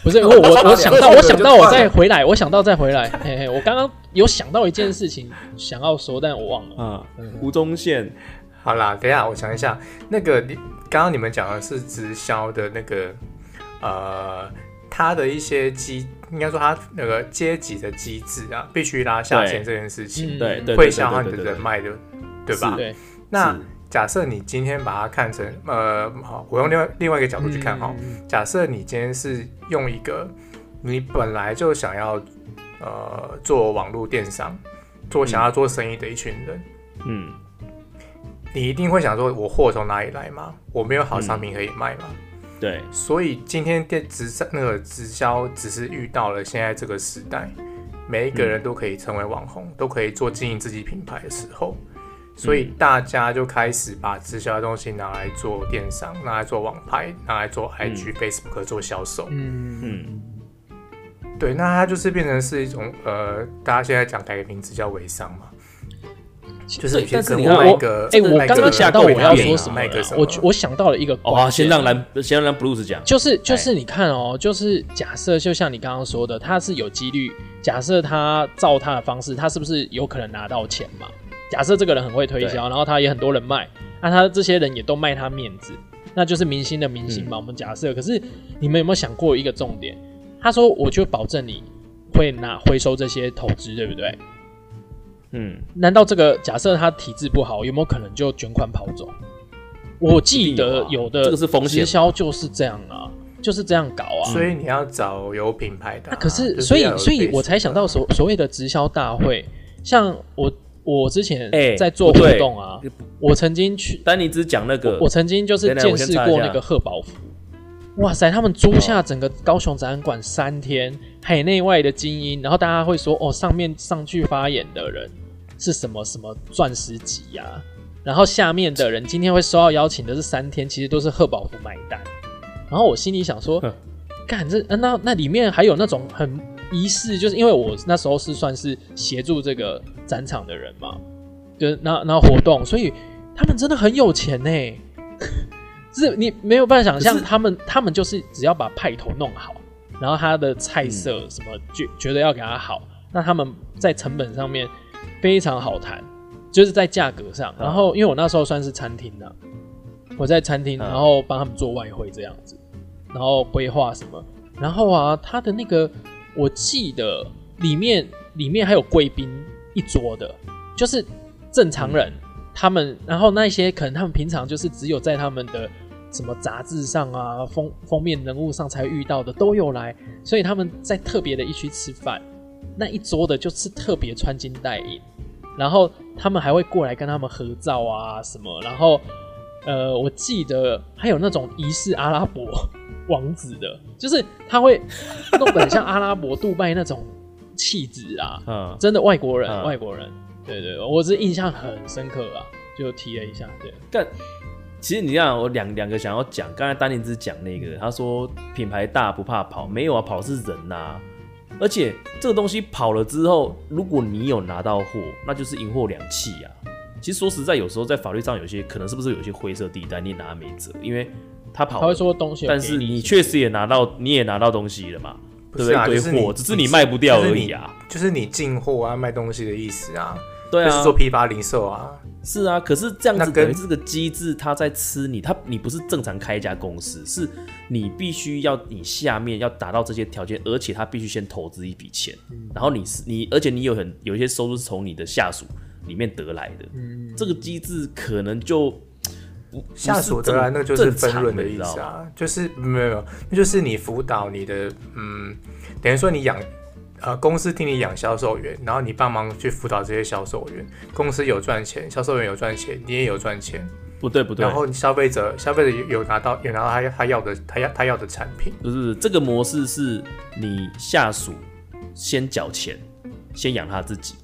[SPEAKER 3] 不是我我我 想到我想到我再回来，我想到再回来。嘿嘿，我刚刚有想到一件事情想要说，但我忘了。
[SPEAKER 2] 嗯，吴宗宪，
[SPEAKER 3] 嗯
[SPEAKER 4] 好啦，等一下我想一下，那个你刚刚你们讲的是直销的那个呃，它的一些机，应该说它那个阶级的机制啊，必须拉下线这件事情，
[SPEAKER 3] 嗯
[SPEAKER 2] 对对，对
[SPEAKER 4] 会消耗你
[SPEAKER 2] 对
[SPEAKER 4] 的
[SPEAKER 2] 对对
[SPEAKER 4] 人脉的，对
[SPEAKER 2] 是
[SPEAKER 4] 吧？
[SPEAKER 3] 对，
[SPEAKER 4] 那
[SPEAKER 2] 是
[SPEAKER 4] 假设你今天把它看成呃，好，我用另外另外一个角度去看哈、
[SPEAKER 2] 嗯
[SPEAKER 4] 假设你今天是用一个你本来就想要呃做网络电商，做想要做生意的一群人，
[SPEAKER 2] 嗯，
[SPEAKER 4] 你一定会想说，我货从哪里来吗？我没有
[SPEAKER 2] 嗯
[SPEAKER 4] 好商品可以卖吗？
[SPEAKER 2] 对，
[SPEAKER 4] 所以今天电直销那个直销只是遇到了现在这个时代，每一个人都可以成为网红，都可以做经营自己品牌的时候，所以大家就开始把直销的东西拿来做电商，拿来做网拍，拿来做 IG、Facebook 做销售。
[SPEAKER 3] 嗯，
[SPEAKER 2] 嗯，
[SPEAKER 4] 对，那它就是变成是一种呃，大家现在讲改个名字叫微商嘛，就是
[SPEAKER 2] 对
[SPEAKER 4] 有些
[SPEAKER 2] 但是
[SPEAKER 4] 客户
[SPEAKER 2] 你看
[SPEAKER 4] 卖
[SPEAKER 2] 我
[SPEAKER 4] 个，
[SPEAKER 3] 哎，我
[SPEAKER 4] 卖个啊
[SPEAKER 3] 刚刚想到我要说什么
[SPEAKER 4] 卖
[SPEAKER 3] 了
[SPEAKER 4] 个
[SPEAKER 3] 啦
[SPEAKER 4] 什，么，
[SPEAKER 3] 我我想到了一个
[SPEAKER 2] 哦，好
[SPEAKER 3] 关键
[SPEAKER 2] 先让蓝，先让 Blues 讲，
[SPEAKER 3] 就是就是你看哦，就是假设就像你刚刚说的，他是有几率，假设他照他的方式，他是不是有可能拿到钱嘛？假设这个人很会推销，然后他也很多人脉，那他这些人也都卖他面子，那就是明星的明星嘛。我们假设，可是你们有没有想过一个重点？他说我就保证你会拿回收这些投资，对不对？
[SPEAKER 2] 嗯，
[SPEAKER 3] 难道这个假设他体质不好，有没有可能就卷款跑走？我记得
[SPEAKER 2] 一定有啊
[SPEAKER 3] 有的
[SPEAKER 2] 这个是风险
[SPEAKER 3] 直销就是这样啊，就是这样搞啊。
[SPEAKER 4] 所以你要找有品牌的啊、
[SPEAKER 3] 那可是，
[SPEAKER 4] 就
[SPEAKER 3] 所以
[SPEAKER 4] 要有啊
[SPEAKER 3] 所以
[SPEAKER 4] base
[SPEAKER 3] 我才想到所所谓的直销大会，像我我之前
[SPEAKER 2] 哎
[SPEAKER 3] 在做
[SPEAKER 2] 不对
[SPEAKER 3] 活动啊，
[SPEAKER 2] 不
[SPEAKER 3] 我曾经去
[SPEAKER 2] 丹尼只讲那个，
[SPEAKER 3] 我曾经就是
[SPEAKER 2] 等等
[SPEAKER 3] 见
[SPEAKER 2] 我先
[SPEAKER 3] 识
[SPEAKER 2] 查一
[SPEAKER 3] 过
[SPEAKER 2] 下
[SPEAKER 3] 那个贺宝福，哇塞，他们租下整个高雄展览馆三天，海内外的精英，然后大家会说哦，上面上去发言的人是什么什么钻石级呀、然后下面的人今天会收到邀请的是三天，其实都是贺宝福买单。然后我心里想说
[SPEAKER 2] 哼，
[SPEAKER 3] 干这呃那那里面还有那种很仪式，就是因为我那时候是算是协助这个展场的人嘛，就是然后然后活动，所以他们真的很有钱呢、欸是你没有办法想
[SPEAKER 2] 可
[SPEAKER 3] 象，
[SPEAKER 2] 是
[SPEAKER 3] 他们他们就是只要把派头弄好，然后他的菜色
[SPEAKER 2] 嗯
[SPEAKER 3] 什么觉觉得要给他好，那他们在成本上面非常好谈，就是在价格上。然后因为我那时候算是餐厅的、我在餐厅，
[SPEAKER 2] 嗯
[SPEAKER 3] 然后帮他们做外汇这样子，然后规划什么，然后啊，他的那个我记得里面里面还有贵宾一桌的，就是正常人。他们，然后那些可能他们平常就是只有在他们的什么杂志上啊、封封面人物上才会遇到的都有来，所以他们在特别的一区吃饭，那一桌的就是特别穿金戴银，然后他们还会过来跟他们合照啊什么，然后呃，我记得还有那种疑似阿拉伯王子的，就是他会弄得很像阿拉伯杜拜那种气质啊，
[SPEAKER 2] 嗯，
[SPEAKER 3] 真的外国人，
[SPEAKER 2] 嗯
[SPEAKER 3] 外国人，对对，我是印象很深刻啊，就提了一下，对，
[SPEAKER 2] 但其实你看，我两两个想要讲，刚才丹尼只讲那
[SPEAKER 3] 嗯
[SPEAKER 2] 个，他说品牌大不怕跑，没有啊，跑是人呐、而且这个东西跑了之后，如果你有拿到货，那就是赢货两讫啊。其实说实在，有时候在法律上有些可能是不是有些灰色地带，你也拿没辙，因为他跑
[SPEAKER 3] 他
[SPEAKER 2] 了
[SPEAKER 3] 会说东西有给，
[SPEAKER 2] 但是你确实也拿到，你也拿到东西了嘛，
[SPEAKER 4] 不
[SPEAKER 2] 对
[SPEAKER 4] 是啊
[SPEAKER 2] 对？一
[SPEAKER 4] 就是
[SPEAKER 2] 堆
[SPEAKER 4] 你
[SPEAKER 2] 货，只是你卖不掉而已啊。
[SPEAKER 4] 就是你进货啊，卖东西的意思啊，
[SPEAKER 2] 对
[SPEAKER 4] 就是
[SPEAKER 2] 啊，
[SPEAKER 4] 做批发零售啊，
[SPEAKER 2] 是啊，可是这样
[SPEAKER 4] 那
[SPEAKER 2] 子
[SPEAKER 4] 跟
[SPEAKER 2] 等于是个机制，它在吃你，它你不是正常开一家公司，是你必须要你下面要达到这些条件，而且他必须先投资一笔钱，
[SPEAKER 4] 嗯
[SPEAKER 2] 然后你是你，而且你有很有一些收入是从你的下属里面得来
[SPEAKER 4] 嗯
[SPEAKER 2] 的，这个机制可能就不不是
[SPEAKER 4] 下属得来
[SPEAKER 2] 正
[SPEAKER 4] 那个就是
[SPEAKER 2] 正
[SPEAKER 4] 分
[SPEAKER 2] 常
[SPEAKER 4] 润
[SPEAKER 2] 的
[SPEAKER 4] 的意
[SPEAKER 2] 你知道
[SPEAKER 4] 思
[SPEAKER 2] 吗
[SPEAKER 4] 啊，就是没有没有，那就是你辅导你的，嗯，等于说你养，呃，公司替你养销售员，然后你帮忙去辅导这些销售员，公司有赚钱，销售员有赚钱，你也有赚钱，
[SPEAKER 2] 不对不对，
[SPEAKER 4] 然后消费者消费者有有拿到有拿到他他要的他要他要的产品，
[SPEAKER 2] 不是不是，这个模式是你下属先缴钱，先养他自己。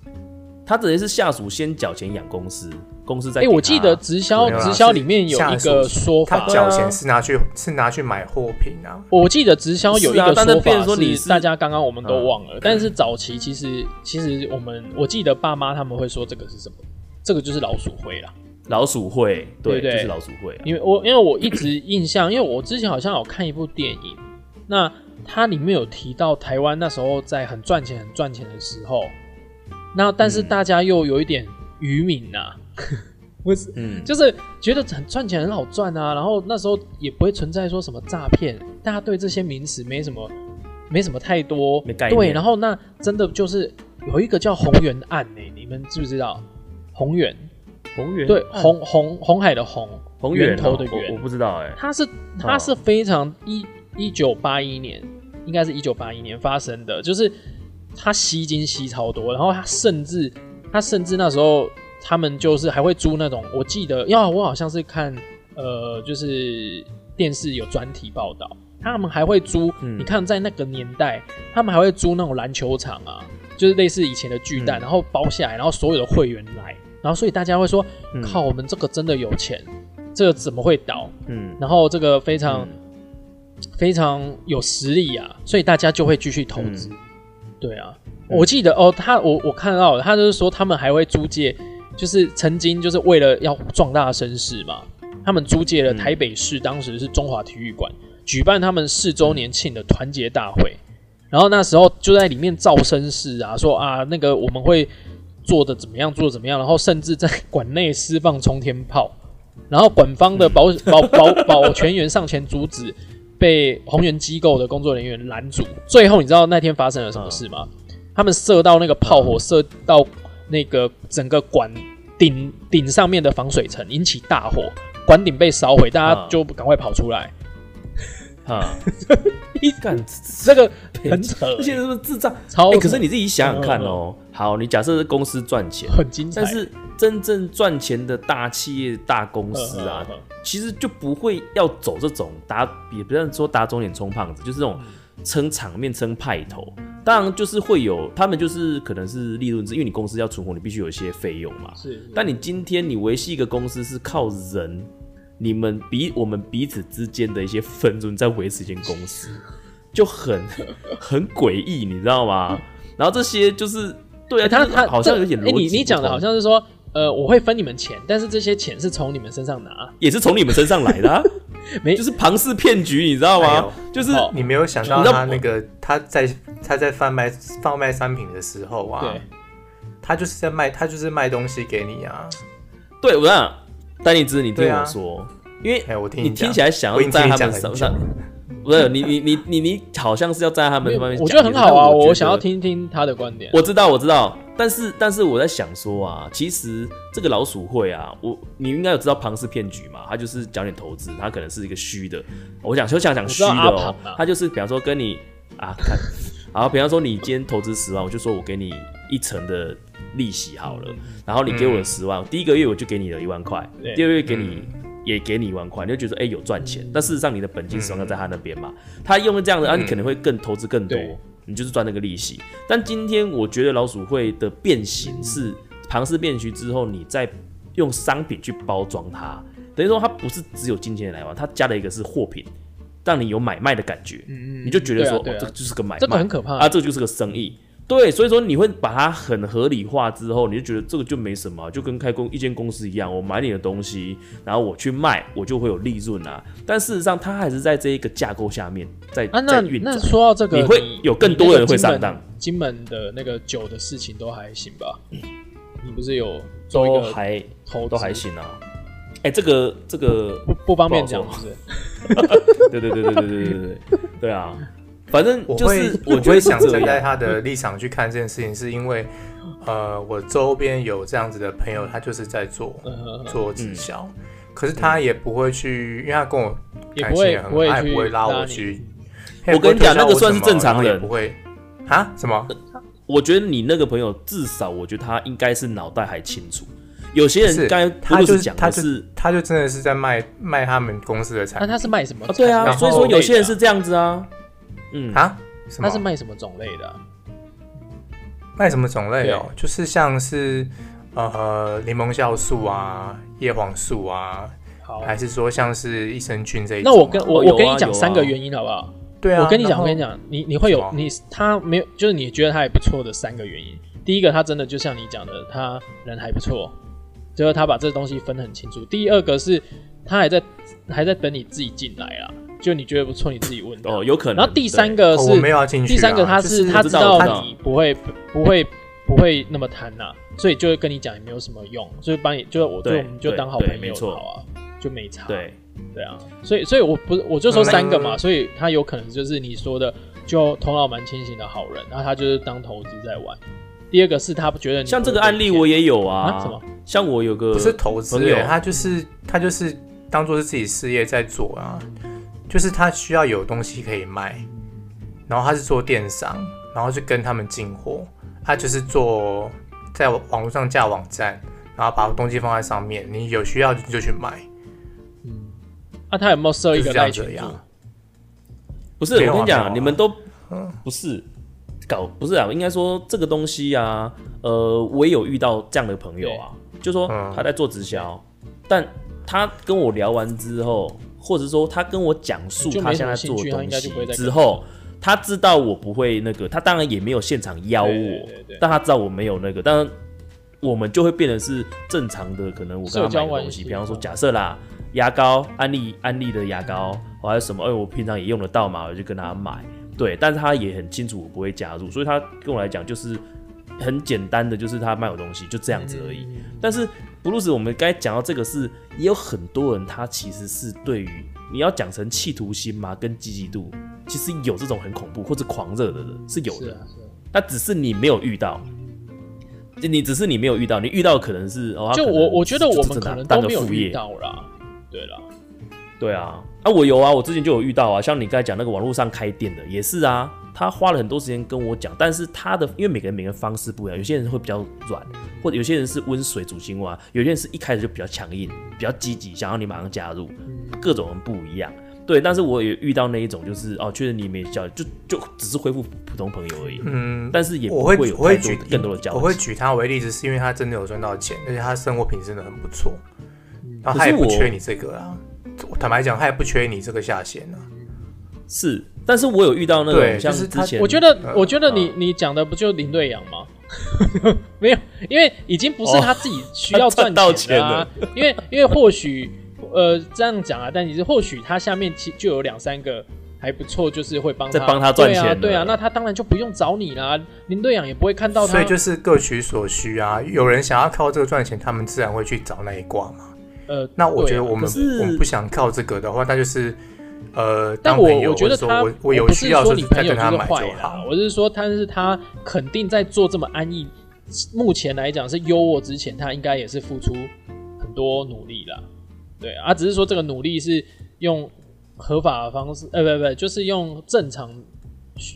[SPEAKER 2] 他等于是下属先缴钱养公司，公司再
[SPEAKER 3] 哎、
[SPEAKER 2] 给他。
[SPEAKER 3] 我记得直销
[SPEAKER 2] 啊
[SPEAKER 4] 没有啦
[SPEAKER 3] 直销里面有
[SPEAKER 4] 是
[SPEAKER 3] 一
[SPEAKER 4] 下
[SPEAKER 3] 个
[SPEAKER 4] 属
[SPEAKER 3] 说
[SPEAKER 4] 他
[SPEAKER 3] 法，
[SPEAKER 4] 缴钱是拿去、是拿去买货品啊，
[SPEAKER 3] 我记得直销有一
[SPEAKER 2] 是啊
[SPEAKER 3] 个
[SPEAKER 2] 但是
[SPEAKER 3] 说
[SPEAKER 2] 变成
[SPEAKER 3] 法
[SPEAKER 2] 说你是嗯
[SPEAKER 3] 大家刚刚我们都忘了，但是早期其实其实我们我记得爸妈他们会说这个是什么，这个就是老鼠会啦。
[SPEAKER 2] 老鼠会，对，
[SPEAKER 3] 对对
[SPEAKER 2] 就是老鼠会啊、
[SPEAKER 3] 因为我因为我一直印象，因为我之前好像有看一部电影，那它里面有提到台湾那时候在很赚钱、很赚钱的时候，那但
[SPEAKER 2] 嗯
[SPEAKER 3] 是大家又有一点愚民呐、 不是，
[SPEAKER 2] 嗯，
[SPEAKER 3] 就是觉得很赚钱很好赚啊，然后那时候也不会存在说什么诈骗，大家对这些名词没什么没什么太多
[SPEAKER 2] 没概念
[SPEAKER 3] 对，然后那真的就是有一个叫红源案呢、你们知不知道？红源
[SPEAKER 2] 红源
[SPEAKER 3] 对红红红海的红，
[SPEAKER 2] 红
[SPEAKER 3] 源
[SPEAKER 2] 源哦
[SPEAKER 3] 头的
[SPEAKER 2] 我我
[SPEAKER 3] 源，
[SPEAKER 2] 不知道哎、
[SPEAKER 3] 它是它是非常一一九八一年，应该是一九八一年发生的，就是他吸金吸超多，然后他甚至他甚至那时候他们就是还会租那种，我记得，因为我好像是看呃，就是电视有专题报道，他们还会租，
[SPEAKER 2] 嗯
[SPEAKER 3] 你看在那个年代，他们还会租那种篮球场啊，就是类似以前的巨蛋，
[SPEAKER 2] 嗯
[SPEAKER 3] 然后包下来，然后所有的会员来，然后所以大家会说，
[SPEAKER 2] 嗯
[SPEAKER 3] 靠，我们这个真的有钱，这个怎么会倒？
[SPEAKER 2] 嗯，
[SPEAKER 3] 然后这个非常、
[SPEAKER 2] 嗯
[SPEAKER 3] 非常有实力啊，所以大家就会继续投资。对啊，我记得哦，他我我看到了他就是说他们还会租借，就是曾经就是为了要壮大声势嘛，他们租借了台北市当时是中华体育馆举办他们四周年庆的团结大会，然后那时候就在里面造声势啊，说啊那个我们会做的怎么样，做的怎么样，然后甚至在馆内释放冲天炮，然后馆方的保保 保保全员上前阻止，被红源机构的工作人员拦阻。最后你知道那天发生了什么事吗？他们射到那个炮火射到那个整个馆顶顶上面的防水层，引起大火，馆顶被烧毁，大家
[SPEAKER 2] 嗯
[SPEAKER 3] 就赶快跑出来。
[SPEAKER 2] 啊，
[SPEAKER 3] 一
[SPEAKER 2] 干
[SPEAKER 3] 这个很扯欸、哦嗯
[SPEAKER 2] 这些人是不是智障？
[SPEAKER 3] 超
[SPEAKER 2] 哎、
[SPEAKER 3] 扯
[SPEAKER 2] 可是你自己想想看哦、好，你假设是公司赚钱，
[SPEAKER 3] 很精彩。
[SPEAKER 2] 但是真正赚钱的大企业、大公司啊
[SPEAKER 3] 嗯嗯嗯，
[SPEAKER 2] 其实就不会要走这种打，也不要说打肿脸充胖子，就是这种
[SPEAKER 3] 嗯
[SPEAKER 2] 撑场面、撑派头。当然，就是会有他们就是可能是利润制，因为你公司要存活，你必须有一些费用嘛。
[SPEAKER 3] 是
[SPEAKER 2] 但你今天你维系一个公司是靠人，你们彼我们彼此之间的一些纷争在维持一间公 司，就很很诡异，你知道吗？然后这些就是对啊，
[SPEAKER 3] 欸他
[SPEAKER 2] 就是
[SPEAKER 3] 他
[SPEAKER 2] 好像
[SPEAKER 3] 这
[SPEAKER 2] 有点逻辑
[SPEAKER 3] 欸
[SPEAKER 2] 不通、
[SPEAKER 3] 你你讲的好像是说，呃，我会分你们钱，但是这些钱是从你们身上拿，，
[SPEAKER 2] 也是从你们身上来的、 啊
[SPEAKER 3] 没
[SPEAKER 2] 就是庞氏骗局，你知道
[SPEAKER 4] 哎
[SPEAKER 2] 吗
[SPEAKER 4] 呦？
[SPEAKER 2] 就是
[SPEAKER 3] 哦
[SPEAKER 4] 你没有想到
[SPEAKER 2] 你知道
[SPEAKER 4] 他那个他在他在贩卖贩卖商品的时候啊
[SPEAKER 3] 对，
[SPEAKER 4] 他就是在卖他就是卖东西给你啊。
[SPEAKER 2] 对我想丹尼兹，你听
[SPEAKER 4] 对啊
[SPEAKER 2] 我说，因为
[SPEAKER 4] 哎，我听
[SPEAKER 2] 你
[SPEAKER 4] 讲
[SPEAKER 2] 听起来想
[SPEAKER 4] 我已
[SPEAKER 2] 要
[SPEAKER 4] 经
[SPEAKER 2] 站在他
[SPEAKER 4] 听你讲
[SPEAKER 2] 们
[SPEAKER 4] 很
[SPEAKER 2] 身
[SPEAKER 4] 久
[SPEAKER 2] 上
[SPEAKER 4] 了，
[SPEAKER 2] 不是你你你你你好像是要站在他们方面讲，
[SPEAKER 3] 我觉得很好啊，
[SPEAKER 2] 但我觉
[SPEAKER 3] 我
[SPEAKER 2] 得
[SPEAKER 3] 想要听听他的观点。
[SPEAKER 2] 我知道，我知道，但是但是我在想说啊，其实这个老鼠会啊，我你应该有知道庞氏骗局嘛？它就是讲点投资，它可能是一个虚的。我想就想讲虚的
[SPEAKER 3] 我知道阿
[SPEAKER 2] 哦
[SPEAKER 3] 庞啊，
[SPEAKER 2] 它就是比方说跟你啊看，好，比方说你今天投资十万，我就说我给你一成的利息好了，然后你给我十万，第一个月我就给你了一万块
[SPEAKER 3] 嗯对，嗯
[SPEAKER 2] 第二个月给你。也给你一万块，你就觉得哎、有赚钱，但事实上你的本金十万在他那边嘛，他用了这样的啊，你可能会更投资更多
[SPEAKER 3] 嗯对，
[SPEAKER 2] 你就是赚那个利息。但今天我觉得老鼠会的变形是庞氏变局之后，你再用商品去包装它，等于说它不是只有金钱来往，它加了一个是货品，让你有买卖的感觉，你就觉得说、
[SPEAKER 3] 嗯对啊对啊
[SPEAKER 2] 哦，这就是个买卖，
[SPEAKER 3] 这个很可怕
[SPEAKER 2] 啊，这个就是个生意。对，所以说你会把它很合理化之后，你就觉得这个就没什么，就跟开公一间公司一样，我买你的东西，然后我去卖，我就会有利润啊。但事实上，它还是在这一个架构下面在
[SPEAKER 3] 啊，
[SPEAKER 2] 在
[SPEAKER 3] 那
[SPEAKER 2] 运转
[SPEAKER 3] 那。说到这个，
[SPEAKER 2] 你会有更多人会上当嗯
[SPEAKER 3] 你那个金门。金门的那个酒的事情都还行吧？你不是有做一
[SPEAKER 2] 都
[SPEAKER 3] 个
[SPEAKER 2] 还
[SPEAKER 3] 投资
[SPEAKER 2] 都还行啊。哎、这个这个，
[SPEAKER 3] 不不方便讲，
[SPEAKER 2] 不
[SPEAKER 3] 是
[SPEAKER 2] 好
[SPEAKER 3] 不是？
[SPEAKER 2] 对对对对对对对对对对啊！反正
[SPEAKER 4] 我
[SPEAKER 2] 就
[SPEAKER 4] 会
[SPEAKER 2] 是我觉
[SPEAKER 4] 会
[SPEAKER 2] 得
[SPEAKER 4] 想
[SPEAKER 2] 是这
[SPEAKER 4] 站在
[SPEAKER 2] 样，
[SPEAKER 4] 他的立场去看这件事情，是因为呃，我周边有这样子的朋友，他就是在做
[SPEAKER 3] 嗯
[SPEAKER 4] 做直销，可是他也不会去，因为他跟我
[SPEAKER 3] 也
[SPEAKER 4] 感
[SPEAKER 3] 不
[SPEAKER 4] 情
[SPEAKER 3] 会
[SPEAKER 4] 也很
[SPEAKER 3] 不
[SPEAKER 4] 好，他
[SPEAKER 3] 会
[SPEAKER 4] 也
[SPEAKER 3] 去
[SPEAKER 4] 不会拉我
[SPEAKER 3] 你
[SPEAKER 4] 去。他也
[SPEAKER 2] 我
[SPEAKER 4] 不会
[SPEAKER 2] 跟你讲，
[SPEAKER 4] 推销
[SPEAKER 2] 那
[SPEAKER 4] 我
[SPEAKER 2] 个算是
[SPEAKER 4] 什么
[SPEAKER 2] 正常
[SPEAKER 4] 然后也
[SPEAKER 2] 人
[SPEAKER 4] 不。会啊？什么？
[SPEAKER 2] 我觉得你那个朋友，至少我觉得他应该是脑袋还清楚。有些
[SPEAKER 4] 是
[SPEAKER 2] 人刚
[SPEAKER 4] 他
[SPEAKER 2] 才不
[SPEAKER 4] 就
[SPEAKER 2] 讲
[SPEAKER 4] 他
[SPEAKER 2] 的
[SPEAKER 4] 就是他就真的是在卖卖他们公司的产
[SPEAKER 3] 那
[SPEAKER 4] 品
[SPEAKER 3] 他是卖什么
[SPEAKER 2] 啊，？对啊，
[SPEAKER 4] 然后
[SPEAKER 2] 所以说有些人是这样子啊，嗯，
[SPEAKER 4] 啊？什么
[SPEAKER 3] 他是？卖什么种类的啊？
[SPEAKER 4] 卖什么种类哦？就是像是呃柠檬酵素啊、叶黄素啊，
[SPEAKER 3] 好，
[SPEAKER 4] 还是说像是益生菌这一种
[SPEAKER 3] 那
[SPEAKER 4] 啊？
[SPEAKER 3] 我跟我
[SPEAKER 2] 哦有啊
[SPEAKER 3] 我跟你讲
[SPEAKER 2] 有啊
[SPEAKER 3] 三个原因好不好？
[SPEAKER 4] 对啊，
[SPEAKER 3] 我跟你
[SPEAKER 4] 然
[SPEAKER 3] 讲，
[SPEAKER 4] 后
[SPEAKER 3] 我跟你，讲，你你会有
[SPEAKER 4] 什么
[SPEAKER 3] 你他没有，就是你觉得他还不错的三个原因。第一个，他真的就像你讲的，他人还不错，就是他把这东西分得很清楚。第二个是他还在还在等你自己进来啦，就你觉得不错，你自己问他。
[SPEAKER 2] 哦，有可能。
[SPEAKER 3] 然后第三
[SPEAKER 2] 对，
[SPEAKER 3] 个
[SPEAKER 4] 哦我
[SPEAKER 3] 是
[SPEAKER 4] 没有要进去啊。
[SPEAKER 3] 第三个，他
[SPEAKER 4] 就是
[SPEAKER 3] 他
[SPEAKER 2] 我
[SPEAKER 3] 知
[SPEAKER 2] 知道
[SPEAKER 3] 道
[SPEAKER 2] 我知道
[SPEAKER 3] 你不会不会不会那么贪呐，所以就会跟你讲也没有什么用，所以帮你就是我就
[SPEAKER 2] 对
[SPEAKER 3] 我们就当好
[SPEAKER 2] 对
[SPEAKER 3] 朋
[SPEAKER 2] 对
[SPEAKER 3] 友
[SPEAKER 2] 没错
[SPEAKER 3] 好啊，就没差。
[SPEAKER 2] 对，
[SPEAKER 3] 对啊，所以所以我不是我就说三个嘛，
[SPEAKER 4] 嗯
[SPEAKER 3] 所以他有可能就是你说的，就头脑蛮清醒的好人，然后他就是当投资在玩。第二个是他不觉得你
[SPEAKER 2] 像这个案例我也有啊，
[SPEAKER 3] 啊什么
[SPEAKER 2] 像我有个
[SPEAKER 4] 不是投资
[SPEAKER 2] 朋友
[SPEAKER 4] 欸，他就是他就是当做是自己事业在做啊，就是他需要有东西可以卖，然后他是做电商，然后就跟他们进货，他就是做在网络上架网站，然后把东西放在上面，你有需要你就去买，
[SPEAKER 3] 啊，他有没有设
[SPEAKER 4] 就
[SPEAKER 3] 一
[SPEAKER 4] 是
[SPEAKER 3] 个
[SPEAKER 4] 这
[SPEAKER 3] 赖
[SPEAKER 4] 样
[SPEAKER 3] 群
[SPEAKER 4] 子
[SPEAKER 3] 组？
[SPEAKER 4] 呀。
[SPEAKER 2] 啊不是，我
[SPEAKER 4] 没有啊
[SPEAKER 2] 跟你
[SPEAKER 4] 没有
[SPEAKER 2] 讲，
[SPEAKER 4] 啊
[SPEAKER 2] 你们都不是搞不是啊，应该说这个东西啊，呃，我也有遇到这样的朋友啊，就说
[SPEAKER 4] 嗯
[SPEAKER 2] 他在做直销，但他跟我聊完之后，或者说他跟我讲述
[SPEAKER 3] 就
[SPEAKER 2] 他
[SPEAKER 3] 没什
[SPEAKER 2] 现
[SPEAKER 3] 么
[SPEAKER 2] 在
[SPEAKER 3] 兴
[SPEAKER 2] 做
[SPEAKER 3] 趣
[SPEAKER 2] 的
[SPEAKER 3] 他应
[SPEAKER 2] 东
[SPEAKER 3] 该
[SPEAKER 2] 西
[SPEAKER 3] 就不会再跟
[SPEAKER 2] 之后，他知道我不会那个，他当然也没有现场邀我，
[SPEAKER 3] 对对对对
[SPEAKER 2] 但他知道我没有那个，但我们就会变成是正常的，可能我跟
[SPEAKER 3] 社交
[SPEAKER 2] 他买的
[SPEAKER 3] 关
[SPEAKER 2] 东
[SPEAKER 3] 系
[SPEAKER 2] 西，比方说假设啦，牙膏，安利安利的牙膏，还有什么，哎、我平常也用得到嘛，我就跟他买。对，但是他也很清楚我不会加入，所以他跟我来讲就是很简单的，就是他卖我东西就这样子而已。
[SPEAKER 3] 嗯
[SPEAKER 2] 但是布鲁斯，我们该讲到这个是，也有很多人他其实是对于你要讲成企图心嘛，跟积极度，其实有这种很恐怖或者狂热的人是有
[SPEAKER 3] 是
[SPEAKER 2] 的。
[SPEAKER 3] 啊，是啊
[SPEAKER 2] 那只是你没有遇到，你只是你没有遇到，你遇到可能是哦，他
[SPEAKER 3] 啊就
[SPEAKER 2] 可能
[SPEAKER 3] 我我觉得我
[SPEAKER 2] 就
[SPEAKER 3] 们
[SPEAKER 2] 是
[SPEAKER 3] 可能
[SPEAKER 2] 当个
[SPEAKER 3] 都没有
[SPEAKER 2] 副
[SPEAKER 3] 遇
[SPEAKER 2] 业，
[SPEAKER 3] 到啦，对啦，
[SPEAKER 2] 对啊，啊，我有啊，我之前就有遇到啊，像你刚才讲那个网络上开店的也是啊，他花了很多时间跟我讲，但是他的因为每个人每个人方式不一样，有些人会比较软，或者有些人是温水煮青蛙，有些人是一开始就比较强硬，比较积极，想要你马上加入，
[SPEAKER 3] 嗯
[SPEAKER 2] 各种人不一样。对，但是我也遇到那一种，就是哦，确实你没交，就就只是恢复普通朋友而已，
[SPEAKER 4] 嗯，
[SPEAKER 2] 但是也不
[SPEAKER 4] 我会
[SPEAKER 2] 有
[SPEAKER 4] 我会
[SPEAKER 2] 太多
[SPEAKER 4] 举
[SPEAKER 2] 更多的交集。
[SPEAKER 4] 我会举他为例子，是因为他真的有赚到钱，而且他生活品质真的很不错，然后他也不
[SPEAKER 2] 可是我
[SPEAKER 4] 缺你这个啊。我坦白讲，他也不缺你这个下线啊。
[SPEAKER 2] 是，但是我有遇到那
[SPEAKER 4] 对
[SPEAKER 2] 种
[SPEAKER 4] 就
[SPEAKER 2] 像
[SPEAKER 4] 是
[SPEAKER 2] 之
[SPEAKER 4] 他
[SPEAKER 2] 前，
[SPEAKER 3] 我觉得，我觉得
[SPEAKER 2] 啊
[SPEAKER 3] 你你讲的不就林瑞阳吗？ 没有，因为已经不是他自己需要
[SPEAKER 2] 哦他赚
[SPEAKER 3] 赚
[SPEAKER 2] 到
[SPEAKER 3] 钱啊。因为因为或许呃这样讲啊，但其实或许他下面其就有两三个还不错，就是会帮他
[SPEAKER 2] 在帮他赚钱
[SPEAKER 3] 对
[SPEAKER 2] 的
[SPEAKER 3] 啊，对啊，那他当然就不用找你啦，林队长也不会看到他。
[SPEAKER 4] 所以就是各取所需啊。有人想要靠这个赚钱，他们自然会去找那一卦嘛。
[SPEAKER 3] 呃，
[SPEAKER 4] 那我觉得
[SPEAKER 3] 对啊
[SPEAKER 4] 我们、
[SPEAKER 2] 可是
[SPEAKER 4] 我们不想靠这个的话，那就是呃，
[SPEAKER 3] 但
[SPEAKER 4] 当
[SPEAKER 3] 我
[SPEAKER 4] 朋友，
[SPEAKER 3] 我觉得
[SPEAKER 4] 说
[SPEAKER 3] 他，
[SPEAKER 4] 我我有
[SPEAKER 3] 不是
[SPEAKER 4] 需要的
[SPEAKER 3] 说你
[SPEAKER 4] 时候再
[SPEAKER 3] 朋友
[SPEAKER 4] 跟
[SPEAKER 3] 就
[SPEAKER 4] 他
[SPEAKER 3] 是
[SPEAKER 4] 买
[SPEAKER 3] 坏
[SPEAKER 4] 就
[SPEAKER 3] 人啊
[SPEAKER 4] 好，。
[SPEAKER 3] 我是说，但是他肯定在做这么安逸，目前来讲是优渥之前，他应该也是付出很多努力啦。对啊，只是说这个努力是用合法的方式，呃，不不，就是用正常，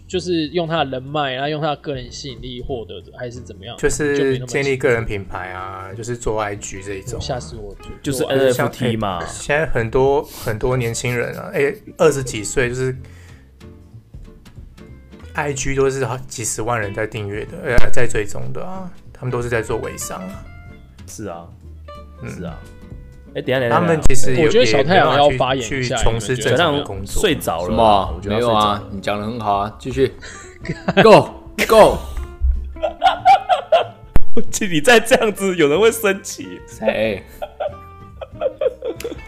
[SPEAKER 3] 就是用他的人脉，然后用他的个人吸引力获得的，还是怎么样？
[SPEAKER 4] 就是建立
[SPEAKER 3] 个
[SPEAKER 4] 个人品牌啊，就是做 IG 这一种。啊
[SPEAKER 3] 吓死我！
[SPEAKER 2] 就是
[SPEAKER 3] 做
[SPEAKER 2] NFT 呃嘛，
[SPEAKER 4] 哎现在很多很多年轻人啊，哎、二十几岁就是 IG 都是好几十万人在订阅的，呃，在追踪的啊，他们都是在做微商啊。
[SPEAKER 2] 是啊，
[SPEAKER 4] 嗯
[SPEAKER 2] 是啊。哎、等一下等一下，
[SPEAKER 4] 他们
[SPEAKER 2] 等一
[SPEAKER 4] 其实也
[SPEAKER 3] 我觉得
[SPEAKER 4] 也
[SPEAKER 3] 小太阳
[SPEAKER 4] 没办法
[SPEAKER 3] 要
[SPEAKER 4] 去
[SPEAKER 3] 发言一
[SPEAKER 4] 去
[SPEAKER 3] 下
[SPEAKER 4] 从事
[SPEAKER 3] 你
[SPEAKER 2] 下
[SPEAKER 4] 正
[SPEAKER 3] 们觉
[SPEAKER 2] 小
[SPEAKER 3] 得
[SPEAKER 4] 常的
[SPEAKER 2] 亮
[SPEAKER 4] 工作
[SPEAKER 2] 睡。着
[SPEAKER 1] 什
[SPEAKER 2] 了啊，
[SPEAKER 1] 么
[SPEAKER 2] 我？觉得
[SPEAKER 1] 没
[SPEAKER 2] 他
[SPEAKER 1] 有
[SPEAKER 2] 睡着
[SPEAKER 1] 啊
[SPEAKER 2] 了，
[SPEAKER 1] 你讲的很好啊，继 续，Go Go，
[SPEAKER 2] 你再这样子，有人会生气。
[SPEAKER 1] 谁？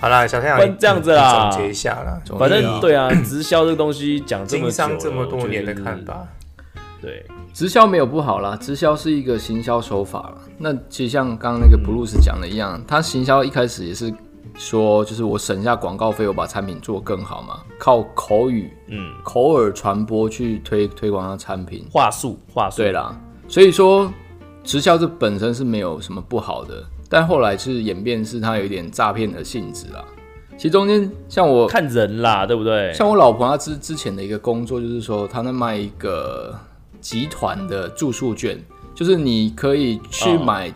[SPEAKER 4] 好啦，小太阳
[SPEAKER 2] 不然这样子啦
[SPEAKER 4] 你总结一下啦，
[SPEAKER 1] 总
[SPEAKER 2] 反
[SPEAKER 1] 之
[SPEAKER 2] 正
[SPEAKER 1] 啊
[SPEAKER 2] 对啊，直销这个东西讲这么
[SPEAKER 4] 经商
[SPEAKER 2] 久
[SPEAKER 4] 这
[SPEAKER 2] 了
[SPEAKER 4] 么多年的看，
[SPEAKER 2] 我
[SPEAKER 4] 法，
[SPEAKER 2] 觉得就是
[SPEAKER 1] 直销没有不好啦，直销是一个行销手法啦。那其实像刚刚那个 Bruce 讲的一样，他行销一开始也是说，就是我省下广告费，我把产品做更好嘛，靠口语、
[SPEAKER 2] 对，嗯，
[SPEAKER 1] 口耳传播去推推广他的产品。
[SPEAKER 2] 话术话术，
[SPEAKER 1] 对啦，所以说直销这本身是没有什么不好的，但后来是演变是它有一点诈骗的性质啦。其实中间像我
[SPEAKER 2] 看人啦，对不对？
[SPEAKER 1] 像我老婆她之之前的一个工作，就是说她在卖一个集团的住宿券，就是你可以去
[SPEAKER 2] 哦
[SPEAKER 1] 买，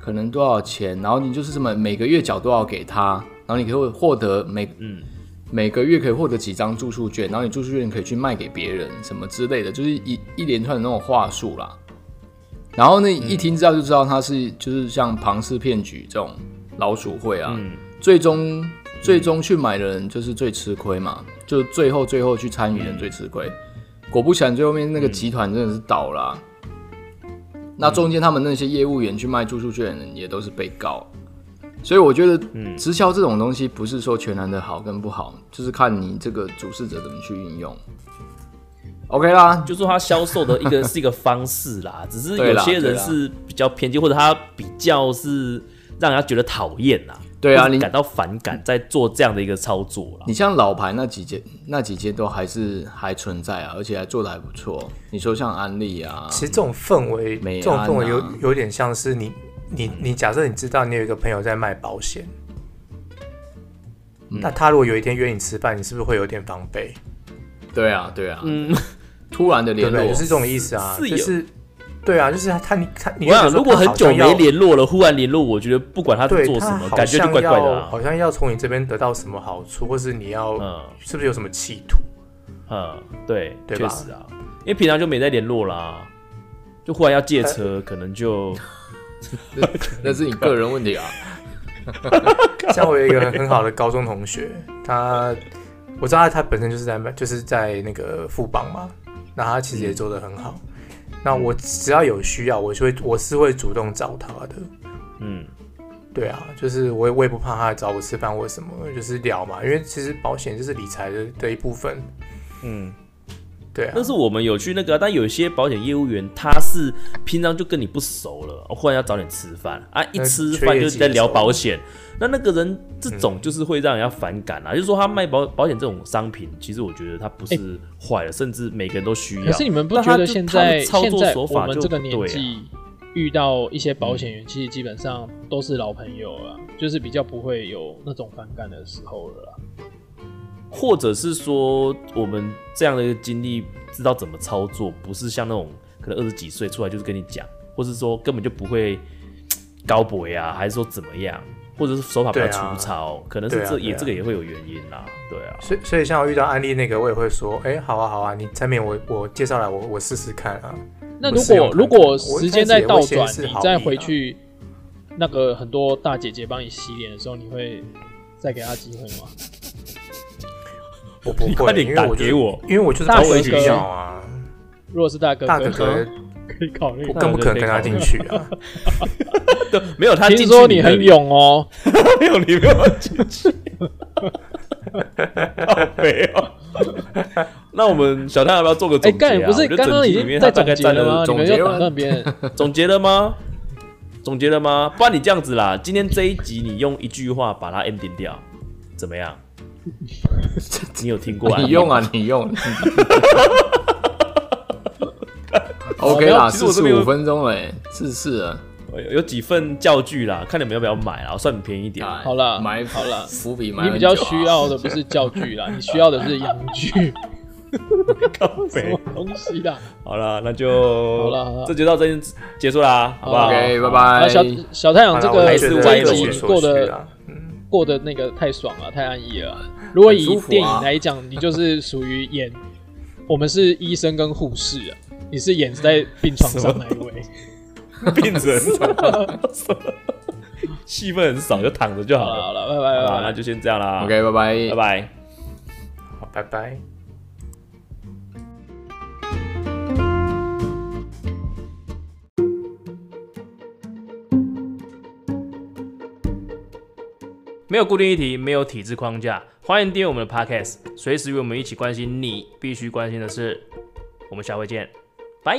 [SPEAKER 1] 可能多少钱，然后你就是什么每个月缴多少给她，然后你可以获得每
[SPEAKER 2] 嗯
[SPEAKER 1] 每个月可以获得几张住宿券，然后你住宿券可以去卖给别人什么之类的，就是一一连串的那种话术啦。然后呢，
[SPEAKER 2] 嗯
[SPEAKER 1] 一听知道就知道它是就是像庞氏骗局这种老鼠会啊，
[SPEAKER 2] 嗯，
[SPEAKER 1] 最终最终去买的人就是最吃亏嘛，就最后最后去参与的人最吃亏。果不其然，最后面那个集团真的是倒了啊、那中间他们那些业务员去卖住宿券的人也都是被告，所以我觉得
[SPEAKER 2] 嗯
[SPEAKER 1] 直销这种东西不是说全然的好跟不好，就是看你这个主事者怎么去运用。OK 啦，
[SPEAKER 2] 就说他销售的一 个是一个方式啦，只是
[SPEAKER 1] 对
[SPEAKER 2] 有
[SPEAKER 1] 啦对
[SPEAKER 2] 些人
[SPEAKER 1] 啦
[SPEAKER 2] 是比较偏激，或者他比较是让人家觉得讨厌啦，
[SPEAKER 1] 对啊，
[SPEAKER 2] 或者
[SPEAKER 1] 你
[SPEAKER 2] 感到反
[SPEAKER 4] 嗯
[SPEAKER 2] 感，在做这样的一个操作啦
[SPEAKER 1] 你。像老牌那几间那几间都还是还存在啊，而且还做的还不错。你说像安利啊，
[SPEAKER 4] 其实这种氛
[SPEAKER 2] 嗯
[SPEAKER 4] 围，
[SPEAKER 1] 美
[SPEAKER 4] 这种
[SPEAKER 1] 安
[SPEAKER 4] 氛围有
[SPEAKER 1] 啊
[SPEAKER 4] 有点像是你你你假设你知道你有一个朋友在卖保险，
[SPEAKER 2] 嗯
[SPEAKER 4] 那他如果有一天约你吃饭，你是不是会有点防备？
[SPEAKER 1] 对啊对啊，
[SPEAKER 2] 嗯，
[SPEAKER 1] 突然的
[SPEAKER 4] 对
[SPEAKER 1] 联
[SPEAKER 4] 不
[SPEAKER 1] 络
[SPEAKER 4] 对？就是这种意思啊，
[SPEAKER 2] 是有
[SPEAKER 4] 就是对啊，就是他你他你
[SPEAKER 2] 我想
[SPEAKER 4] 会觉得说
[SPEAKER 2] 如果
[SPEAKER 4] 他
[SPEAKER 2] 很
[SPEAKER 4] 好
[SPEAKER 2] 久
[SPEAKER 4] 像要
[SPEAKER 2] 没联络了，忽然联络，我觉得不管他
[SPEAKER 4] 对
[SPEAKER 2] 做什
[SPEAKER 4] 他
[SPEAKER 2] 么，
[SPEAKER 4] 好
[SPEAKER 2] 感觉就
[SPEAKER 4] 像
[SPEAKER 2] 怪怪的
[SPEAKER 4] 要
[SPEAKER 2] 啦。
[SPEAKER 4] 好像要从你这边得到什么好处，或是你要
[SPEAKER 2] 嗯
[SPEAKER 4] 是不是有什么企图？
[SPEAKER 2] 嗯，对，
[SPEAKER 4] 对
[SPEAKER 2] 确
[SPEAKER 4] 吧
[SPEAKER 2] 实啊，因为平常就没在联络啦，就忽然要借
[SPEAKER 4] 呃
[SPEAKER 2] 车，可能就
[SPEAKER 1] 那是你个人问题 啊。
[SPEAKER 4] 像我有一个很好的高中同学，他我知道他他本身就是在就是在那个副帮嘛，那他其实也做得很好。那我只要有需要，我就会我是会主动找他的。
[SPEAKER 2] 嗯
[SPEAKER 4] 对啊，就是我也我也不怕他找我吃饭或什么，就是聊嘛。因为其实保险就是理财的的一部分。
[SPEAKER 2] 嗯。
[SPEAKER 4] 对啊
[SPEAKER 2] 但，是我们有去那个啊、但有些保险业务员他是平常就跟你不熟了，忽然要找你吃饭啊，一
[SPEAKER 4] 那
[SPEAKER 2] 吃
[SPEAKER 4] 缺
[SPEAKER 2] 饭
[SPEAKER 4] 业
[SPEAKER 2] 就
[SPEAKER 4] 绩
[SPEAKER 2] 在
[SPEAKER 4] 的
[SPEAKER 2] 聊
[SPEAKER 4] 时候
[SPEAKER 2] 保险，那那个人这种就是会让人家反感啊，就是说他卖保保险这种商品，其实我觉得他不
[SPEAKER 4] 嗯
[SPEAKER 2] 是坏了，甚至每个人都需要。
[SPEAKER 3] 可是你们不
[SPEAKER 2] 那他
[SPEAKER 3] 觉得
[SPEAKER 2] 就
[SPEAKER 3] 现
[SPEAKER 2] 他的
[SPEAKER 3] 在
[SPEAKER 2] 操
[SPEAKER 3] 现
[SPEAKER 2] 作
[SPEAKER 3] 在
[SPEAKER 2] 手
[SPEAKER 3] 我
[SPEAKER 2] 法
[SPEAKER 3] 们
[SPEAKER 2] 就
[SPEAKER 3] 这个
[SPEAKER 2] 不
[SPEAKER 3] 年
[SPEAKER 2] 对啊
[SPEAKER 3] 纪，遇到一些保险员，其实基本上都是老朋友了，就是比较不会有那种反感的时候了啦。
[SPEAKER 2] 或者是说我们这样的一个经历知道怎么操作，不是像那种可能二十几岁出来就是跟你讲，或是说根本就不会高博呀、还是说怎么样，或者是手法比较
[SPEAKER 4] 对
[SPEAKER 2] 粗
[SPEAKER 4] 啊
[SPEAKER 2] 糙，可能是
[SPEAKER 4] 对啊
[SPEAKER 2] 这
[SPEAKER 4] 对
[SPEAKER 2] 也
[SPEAKER 4] 啊
[SPEAKER 2] 这个也会有原因啦，对啊，
[SPEAKER 4] 所以所以像我遇到安利那个，我也会说，哎、好啊好啊，你产品我我介绍来，我我试试看啊。
[SPEAKER 3] 那
[SPEAKER 4] 不
[SPEAKER 3] 如
[SPEAKER 4] 是有
[SPEAKER 3] 果
[SPEAKER 4] 可
[SPEAKER 3] 如
[SPEAKER 4] 能
[SPEAKER 3] 果时间再倒
[SPEAKER 4] 我
[SPEAKER 3] 转
[SPEAKER 4] 一开，始也会先是
[SPEAKER 3] 你
[SPEAKER 4] 好意
[SPEAKER 3] 再
[SPEAKER 4] 啦
[SPEAKER 3] 回去那个很多大姐姐帮你洗脸的时候，你会再给她机会吗？
[SPEAKER 4] 我不
[SPEAKER 2] 你
[SPEAKER 4] 会，
[SPEAKER 2] 快点
[SPEAKER 4] 因为
[SPEAKER 2] 打
[SPEAKER 4] 我就
[SPEAKER 2] 给我
[SPEAKER 4] 因为我就是
[SPEAKER 3] 大
[SPEAKER 4] 不
[SPEAKER 3] 哥
[SPEAKER 4] 会
[SPEAKER 3] 哥
[SPEAKER 4] 取笑啊。
[SPEAKER 3] 如果是大
[SPEAKER 2] 啊
[SPEAKER 3] 哥
[SPEAKER 4] 大
[SPEAKER 3] 哥
[SPEAKER 4] 哥哥
[SPEAKER 3] 可以考虑
[SPEAKER 4] 我。更不可能跟他进去啊。
[SPEAKER 2] 对，没有他进
[SPEAKER 3] 听
[SPEAKER 2] 去
[SPEAKER 3] 说你很，勇哦，
[SPEAKER 2] 没有你没有进去， 没有。那我们小太要不要做个
[SPEAKER 3] 哎，
[SPEAKER 2] 总结、啊？
[SPEAKER 3] 干不
[SPEAKER 2] 我
[SPEAKER 3] 是
[SPEAKER 2] 觉得
[SPEAKER 3] 刚刚
[SPEAKER 2] 整
[SPEAKER 3] 已
[SPEAKER 2] 集里
[SPEAKER 3] 经
[SPEAKER 2] 面他
[SPEAKER 3] 在
[SPEAKER 2] 大
[SPEAKER 3] 总
[SPEAKER 2] 概
[SPEAKER 3] 结
[SPEAKER 2] 占
[SPEAKER 3] 了吗？你
[SPEAKER 1] 总
[SPEAKER 3] 们
[SPEAKER 1] 结
[SPEAKER 3] 又
[SPEAKER 1] 完
[SPEAKER 3] 打断别人，
[SPEAKER 2] 总结了吗？总结了吗？不然你这样子啦，今天这一集你用一句话把它 ending 掉，怎么样？你有听过啊？
[SPEAKER 1] 你用啊，你用。OK
[SPEAKER 3] 好
[SPEAKER 1] 啦，
[SPEAKER 2] 其实我
[SPEAKER 1] 四
[SPEAKER 2] 这
[SPEAKER 1] 十
[SPEAKER 2] 边有
[SPEAKER 1] 五分钟了欸，是是啊，
[SPEAKER 2] 有，有几份教具啦，看你们要不要买啦，我算你便宜一点。
[SPEAKER 1] 哎
[SPEAKER 3] 好啦
[SPEAKER 1] 埋
[SPEAKER 3] 好啦
[SPEAKER 1] 伏笔埋
[SPEAKER 3] 你
[SPEAKER 1] 很
[SPEAKER 3] 比
[SPEAKER 1] 久啊
[SPEAKER 3] 较需要的不是教具啦，你需要的是洋具，
[SPEAKER 2] 靠
[SPEAKER 3] 什
[SPEAKER 2] 北
[SPEAKER 3] 么东西啊啦？
[SPEAKER 2] 好了，那就
[SPEAKER 3] 好啦好啦
[SPEAKER 2] 这就到这边结束啦，好不好？
[SPEAKER 1] OK，拜
[SPEAKER 3] 啊，
[SPEAKER 1] 拜。
[SPEAKER 3] 小小太阳
[SPEAKER 4] 好
[SPEAKER 3] 这
[SPEAKER 4] 啦我
[SPEAKER 3] 个
[SPEAKER 4] 哎还
[SPEAKER 2] 是
[SPEAKER 4] 是
[SPEAKER 2] 歪
[SPEAKER 3] 这一
[SPEAKER 2] 楼
[SPEAKER 3] 集
[SPEAKER 2] 的
[SPEAKER 3] 你过得
[SPEAKER 4] 啊
[SPEAKER 3] 过得那个太爽了，太安逸了。如果以
[SPEAKER 1] 很舒服啊
[SPEAKER 3] 电影来讲，你就是属于演，我们是医生跟护士啊，你是演在病床上那一 位。
[SPEAKER 2] 病人 戏份很少，就躺着就好
[SPEAKER 3] 好了好
[SPEAKER 2] 了。
[SPEAKER 3] 了，拜拜
[SPEAKER 2] 好
[SPEAKER 3] 拜
[SPEAKER 2] 啦，
[SPEAKER 3] 拜。
[SPEAKER 2] 那就先这样啦。
[SPEAKER 1] OK，拜拜
[SPEAKER 2] 拜。拜。
[SPEAKER 4] 好，拜拜。
[SPEAKER 2] 没有固定议题，没有体制框架，欢迎订阅我们的 Podcast，随时与我们一起关心你必须关心的事。我们下回见，拜。